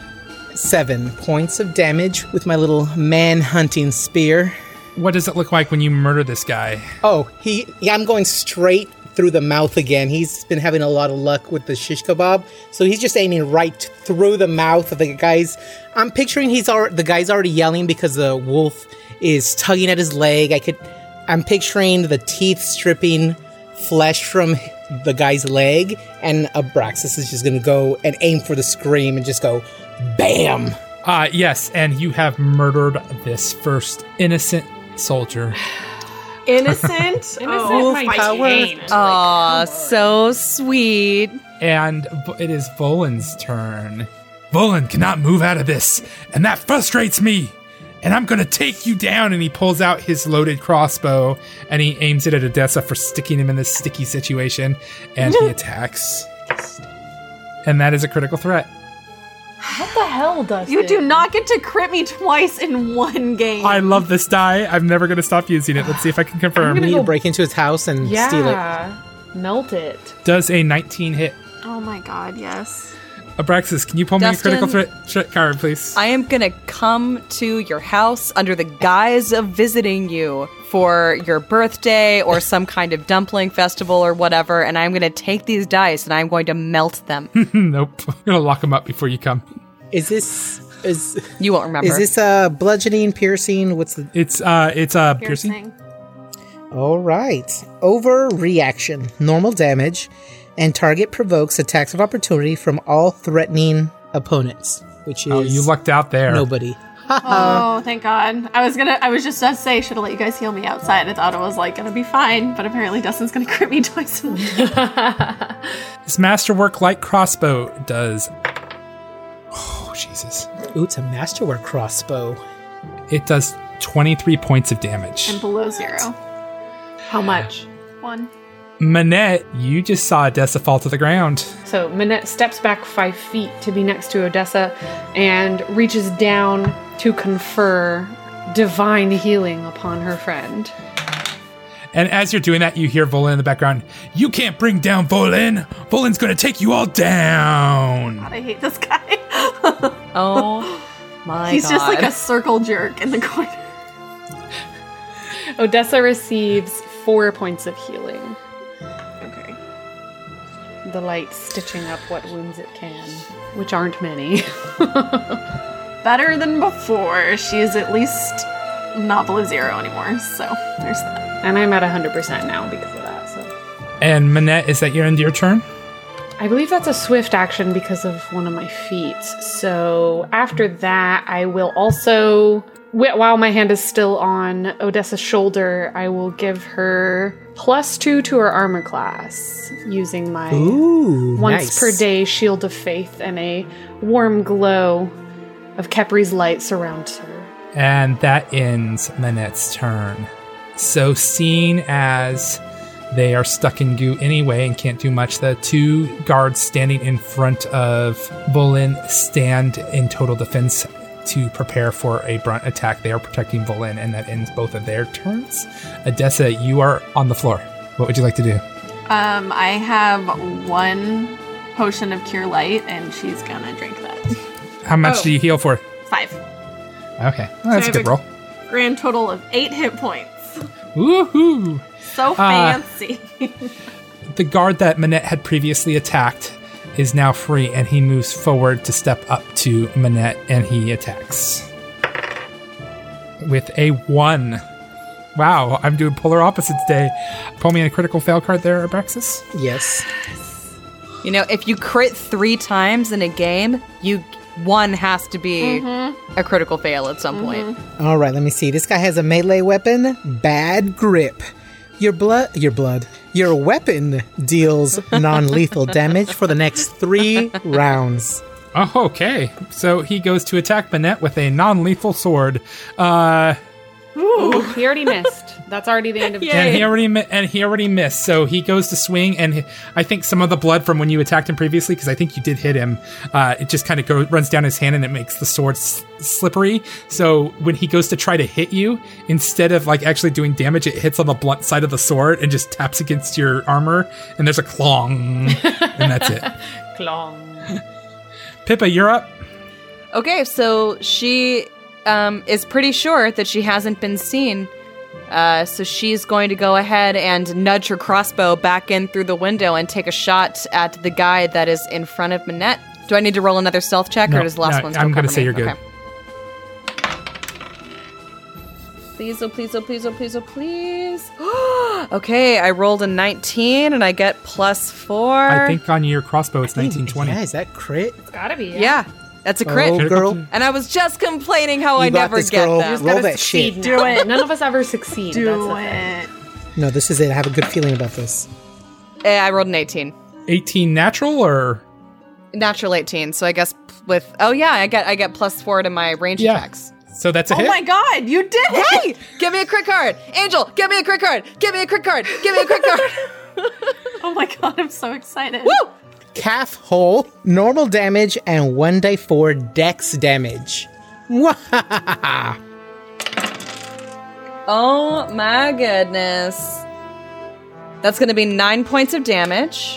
Seven points of damage with my little man hunting spear. What does it look like when you murder this guy? Oh, he, yeah, I'm going straight through the mouth again. He's been having a lot of luck with the shish kebab, so he's just aiming right through the mouth of the guy's. I'm picturing he's already the guy's already yelling because the wolf is tugging at his leg. I could, I'm picturing the teeth stripping flesh from the guy's leg, and Abraxas is just gonna go and aim for the scream and just go, bam. Uh, yes, and you have murdered this first innocent soldier. Innocent? oh, my pain. Aw, so sweet. And Vo- it is Volan's turn. Volan cannot move out of this, and that frustrates me. And I'm gonna take you down. And he pulls out his loaded crossbow and he aims it at Odessa for sticking him in this sticky situation. And he attacks. And that is a critical threat. You do not get to crit me twice in one game. I love this die. I'm never gonna stop using it. Let's see if I can confirm. Need to break into his house and steal it. Melt it. Does a 19 hit? oh my god, yes. Abraxas, can you pull Dustin- me a critical threat, threat card, please? I am gonna come to your house under the guise of visiting you for your birthday or some kind of dumpling festival or whatever, and I'm gonna take these dice and I'm going to melt them. nope. I'm gonna lock him up before you come. Is this is you won't remember. is this uh bludgeoning, piercing? What's the It's uh, it's uh, piercing. All right. Overreaction, normal damage, and target provokes attacks of opportunity from all threatening opponents, which is Oh, you lucked out there. nobody. Oh, thank God. I was gonna I was just about to say, should have let you guys heal me outside. I thought it was like gonna be fine, but apparently Dustin's gonna crit me twice in one. This masterwork light crossbow does. Oh Jesus! Ooh, it's a masterwork crossbow. It does twenty-three points of damage. and below zero. How much? One. Manette, you just saw Odessa fall to the ground. So Minette steps back five feet to be next to Odessa and reaches down to confer divine healing upon her friend. And as you're doing that, you hear Volin in the background. You can't bring down Volin. Volin's gonna take you all down. I hate this guy. oh my He's god. just like a circle jerk in the corner. Odessa receives four points of healing. Okay. The light stitching up what wounds it can, which aren't many. Better than before. She is at least not below zero anymore, so there's that. and I'm at 100% now because of that. So And Manette, is that your end of your turn? I believe that's a swift action because of one of my feats. So after that, I will also wh- while my hand is still on Odessa's shoulder, I will give her plus 2 to her armor class using my Ooh, once nice. per day shield of faith and a warm glow of Kepri's light surrounds her. And that ends Manette's turn. So, seeing as they are stuck in goo anyway and can't do much, the two guards standing in front of Bolin stand in total defense to prepare for a brunt attack. They are protecting Bolin, and that ends both of their turns. Odessa, you are on the floor. What would you like to do? Um, I have one potion of cure light, and she's gonna drink that. How much do you heal for? Five. Okay, well, that's a Oh. have good a- roll. Grand total of eight hit points. Woohoo! So fancy. The guard that Manette had previously attacked is now free and he moves forward to step up to Manette and he attacks. With a one. Wow, I'm doing polar opposites day. Pull me a critical fail card there, Abraxas. Yes. you know, if you crit three times in a game, you one has to be Mm-hmm. a critical fail at some point. All right, let me see. This guy has a melee weapon, bad grip. Your blood, your blood, your weapon deals non-lethal damage for the next three rounds. Oh, okay. So he goes to attack Manette with a non-lethal sword, uh, Oh, He already missed. That's already the end of and he already mi- and he already missed. So he goes to swing, and he- I think some of the blood from when you attacked him previously, because I think you did hit him, uh, it just kind of goes runs down his hand, and it makes the sword s- slippery. So when he goes to try to hit you, instead of like actually doing damage, it hits on the blunt side of the sword and just taps against your armor, and there's a clong, and that's it. Clong. Pippa, you're up. Okay, so she um, is pretty sure that she hasn't been seen. Uh, so she's going to go ahead and nudge her crossbow back in through the window and take a shot at the guy that is in front of Manette. Do I need to roll another stealth check, No, or does the last no, one still I'm gonna cover say me? you're good. Okay. Please, oh, please, oh, please, oh, please, oh, please. okay, I rolled a 19 and I get plus four. I think on your crossbow it's 1920. Yeah, is that crit? Gotta be. Yeah. Yeah, that's a crit. Oh, girl. And I was just complaining how I you got never this, get girl. them. Roll that shit. Do it. None of us ever succeed. That's the Do thing. it. No, this is it. I have a good feeling about this. Eh, I rolled an 18. 18 natural or Natural 18, so I guess p- with oh yeah, I get I get plus 4 to my range attacks. So that's a Oh hit. my god, you did it! Hey, give me a crit card. Angel, give me a crit card. Give me a crit card. Give me a crit card. Oh my god, I'm so excited. Woo! Calf hole, normal damage, and one day four dex damage. Mwahahaha. Oh my goodness. That's going to be 9 points of damage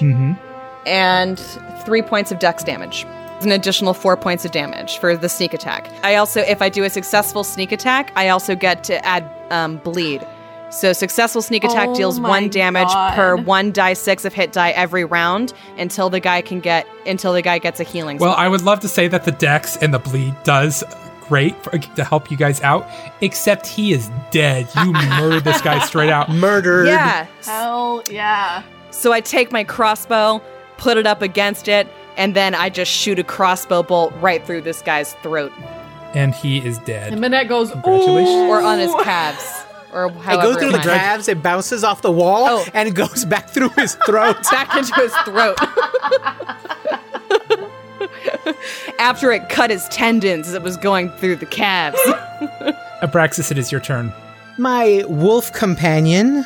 and 3 points of dex damage. It's An additional four points of damage for the sneak attack. I also, if I do a successful sneak attack, I also get to add um, bleed. So successful sneak attack Oh deals my one damage per God. one die six of hit die every round until the guy can get until the guy gets a healing. Well, spell. I would love to say that the Dex and the Bleed does great for, to help you guys out, except he is dead. You murdered this guy straight out. Murdered. yeah. Hell yeah. So I take my crossbow, put it up against it, and then I just shoot a crossbow bolt right through this guy's throat And he is And dead. Minette goes, Congratulations. or on his calves or It however goes through the went. calves, it bounces off the wall, Oh. and it goes back through his throat. back into his throat. After it cut his tendons as it was going through the calves. Abraxas, it is your turn. My wolf companion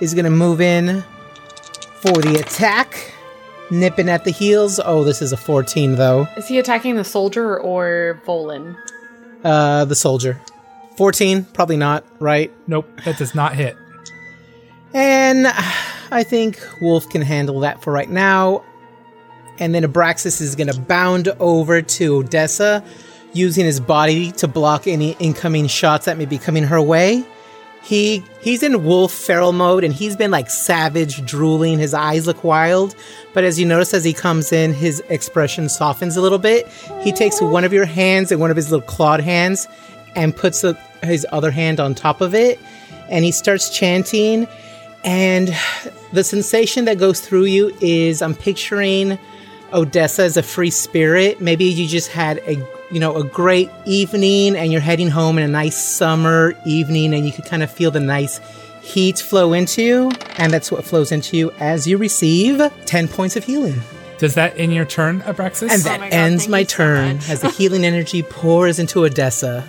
is gonna move in for the attack. Nipping at the heels. Oh, this is a 14 though. Is he attacking the soldier or Volin? Uh, the soldier. 14, probably not, right? Nope, that does not hit. And I think Wolf can handle that for right now. And then Abraxas is going to bound over to Odessa, using his body to block any incoming shots that may be coming her way. He he's in wolf feral mode and he's been like savage, drooling. His eyes look wild, but as you notice as he comes in, his expression softens a little bit. He takes one of your hands and one of his little clawed hands and puts the, his other hand on top of it, and he starts chanting. And the sensation that goes through you is I'm picturing Odessa as a free spirit. Maybe you just had a you know a great evening and you're heading home in a nice summer evening and you could kind of feel the nice heat flow into you and that's what flows into you as you receive 10 points of healing. Does that end your turn, Abraxas? And that Oh my God, ends thank my you so turn much. as the healing energy pours into Odessa.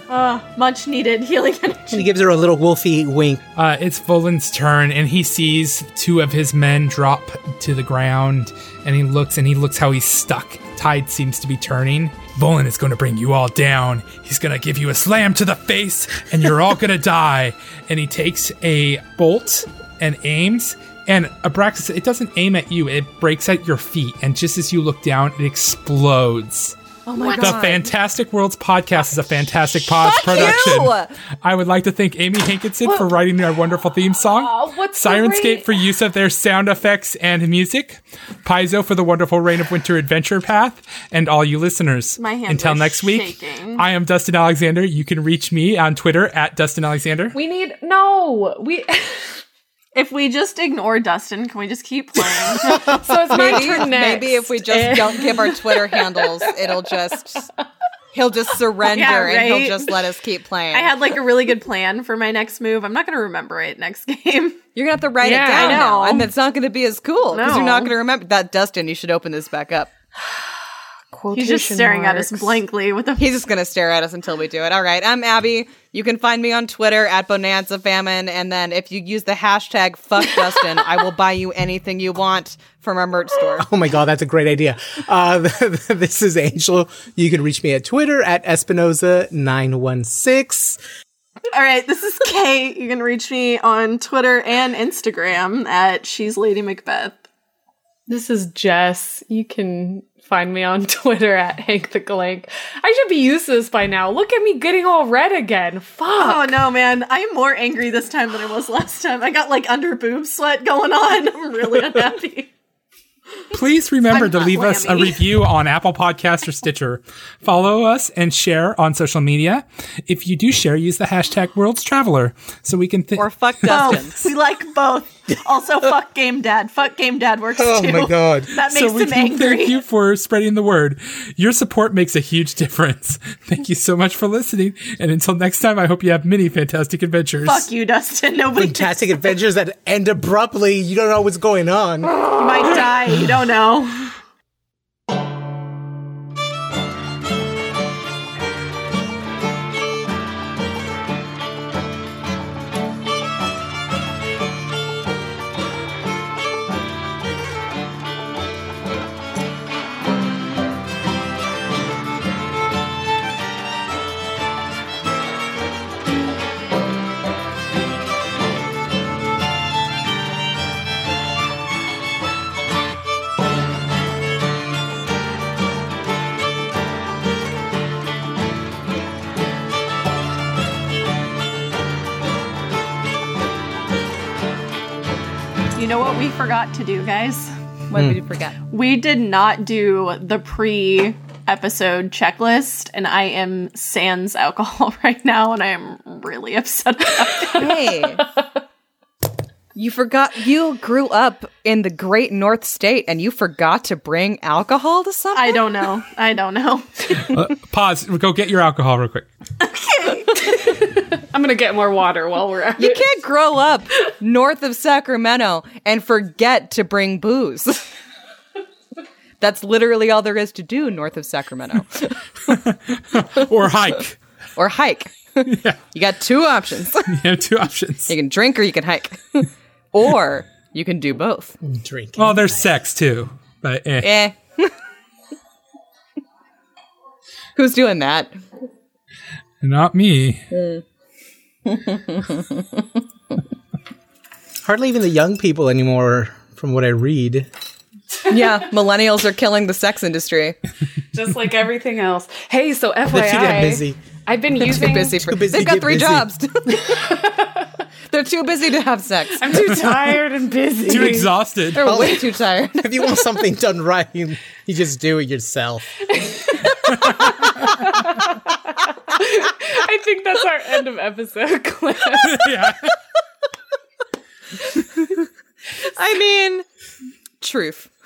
Much needed healing And he energy. gives her a little wolfy wink. Uh, it's Volan's turn, and he sees two of his men drop to the ground, and he looks and he looks how he's stuck. Tide seems to be turning. Volan is going to bring you all down. He's going to give you a slam to the face, and you're all going to die. And he takes a bolt and aims. And Abraxas, it doesn't aim at you, it breaks at your feet. And just as you look down, it explodes. Oh my The Fantastic Worlds podcast is a fantastic pod production. I would like to thank Amy Hankinson for writing our wonderful theme song, what's the Sirenscape rate? for use of their sound effects and music, Paizo for the wonderful Reign of Winter adventure path, and all you listeners. My hands Until are next week, shaking. I am Dustin Alexander. You can reach me on Twitter at Dustin Alexander. We need. No! We. If we just ignore Dustin, can we just keep playing? so it's my Maybe, turn next. maybe if we just don't give our Twitter handles, it'll just he'll just surrender and right? he'll just let us keep playing. I had like a really good plan for my next move. I'm not going to remember it next game. You're gonna have to write it Yeah, down I now, know. and it's not gonna be as cool because you're No. not gonna remember that. Dustin, you should open this back up. Quotation He's just staring at us marks. blankly with a He's just gonna stare at us until we do it. All right, I'm Abby. You can find me on Twitter at Bonanza Famine, and then if you use the hashtag Fuck Dustin, I will buy you anything you want from our merch store. Oh my God, that's a great idea. Uh, this is Angel. You can reach me at Twitter at Espinoza916. All right, this is Kay. You can reach me on Twitter and Instagram at She's Lady Macbeth. This is Jess. You can find me on Twitter at Hank the Glank. I should be used to this by now. Look at me getting all red again. Fuck. Uh, Oh no, man! I'm more angry this time than I was last time. I got like under boob sweat going on. I'm really unhappy. Please remember to not leave us a whammy. review on Apple Podcasts or Stitcher. Follow us and share on social media. If you do share, use the hashtag World's Traveler so we can think. Or Fuck Dustin. Both. Oh, We like both. Also, fuck Game Dad. Fuck Game Dad works too. God. That makes so we him can angry. thank you for spreading the word. Your support makes a huge difference. Thank you so much for listening. And until next time, I hope you have many fantastic adventures. Fuck you, Dustin. Nobody Fantastic adventures that end abruptly. You don't know what's going on. you might die. You don't know. You know what we forgot to do, guys? What did you forget? We did not do the pre episode checklist, and I am sans alcohol right now, and I am really upset about it. Hey. You forgot you grew up in the great north state and you forgot to bring alcohol to something? I don't know. I don't know. Uh, pause. Go get your alcohol real quick. I'm gonna get more water while we're at You it. can't grow up north of Sacramento and forget to bring booze. That's literally all there is to do north of Sacramento Or hike. or hike. You got two options. you have two options. You can drink or you can hike. or you can do both. Drink. Well, there's sex too. But eh. Eh. Who's doing that? not me. Hardly even the young people anymore, from what I read. Yeah, millennials are killing the sex industry. Just like everything else. Hey, so They're too damn FYI, busy. I've been Too using. busy for busy They've to got get three busy. jobs. They're too busy to have sex. I'm too tired and busy. Too exhausted. They're way too tired. If you want something done right, you you just do it yourself. I think that's our end of episode clip. yeah. I mean, truth.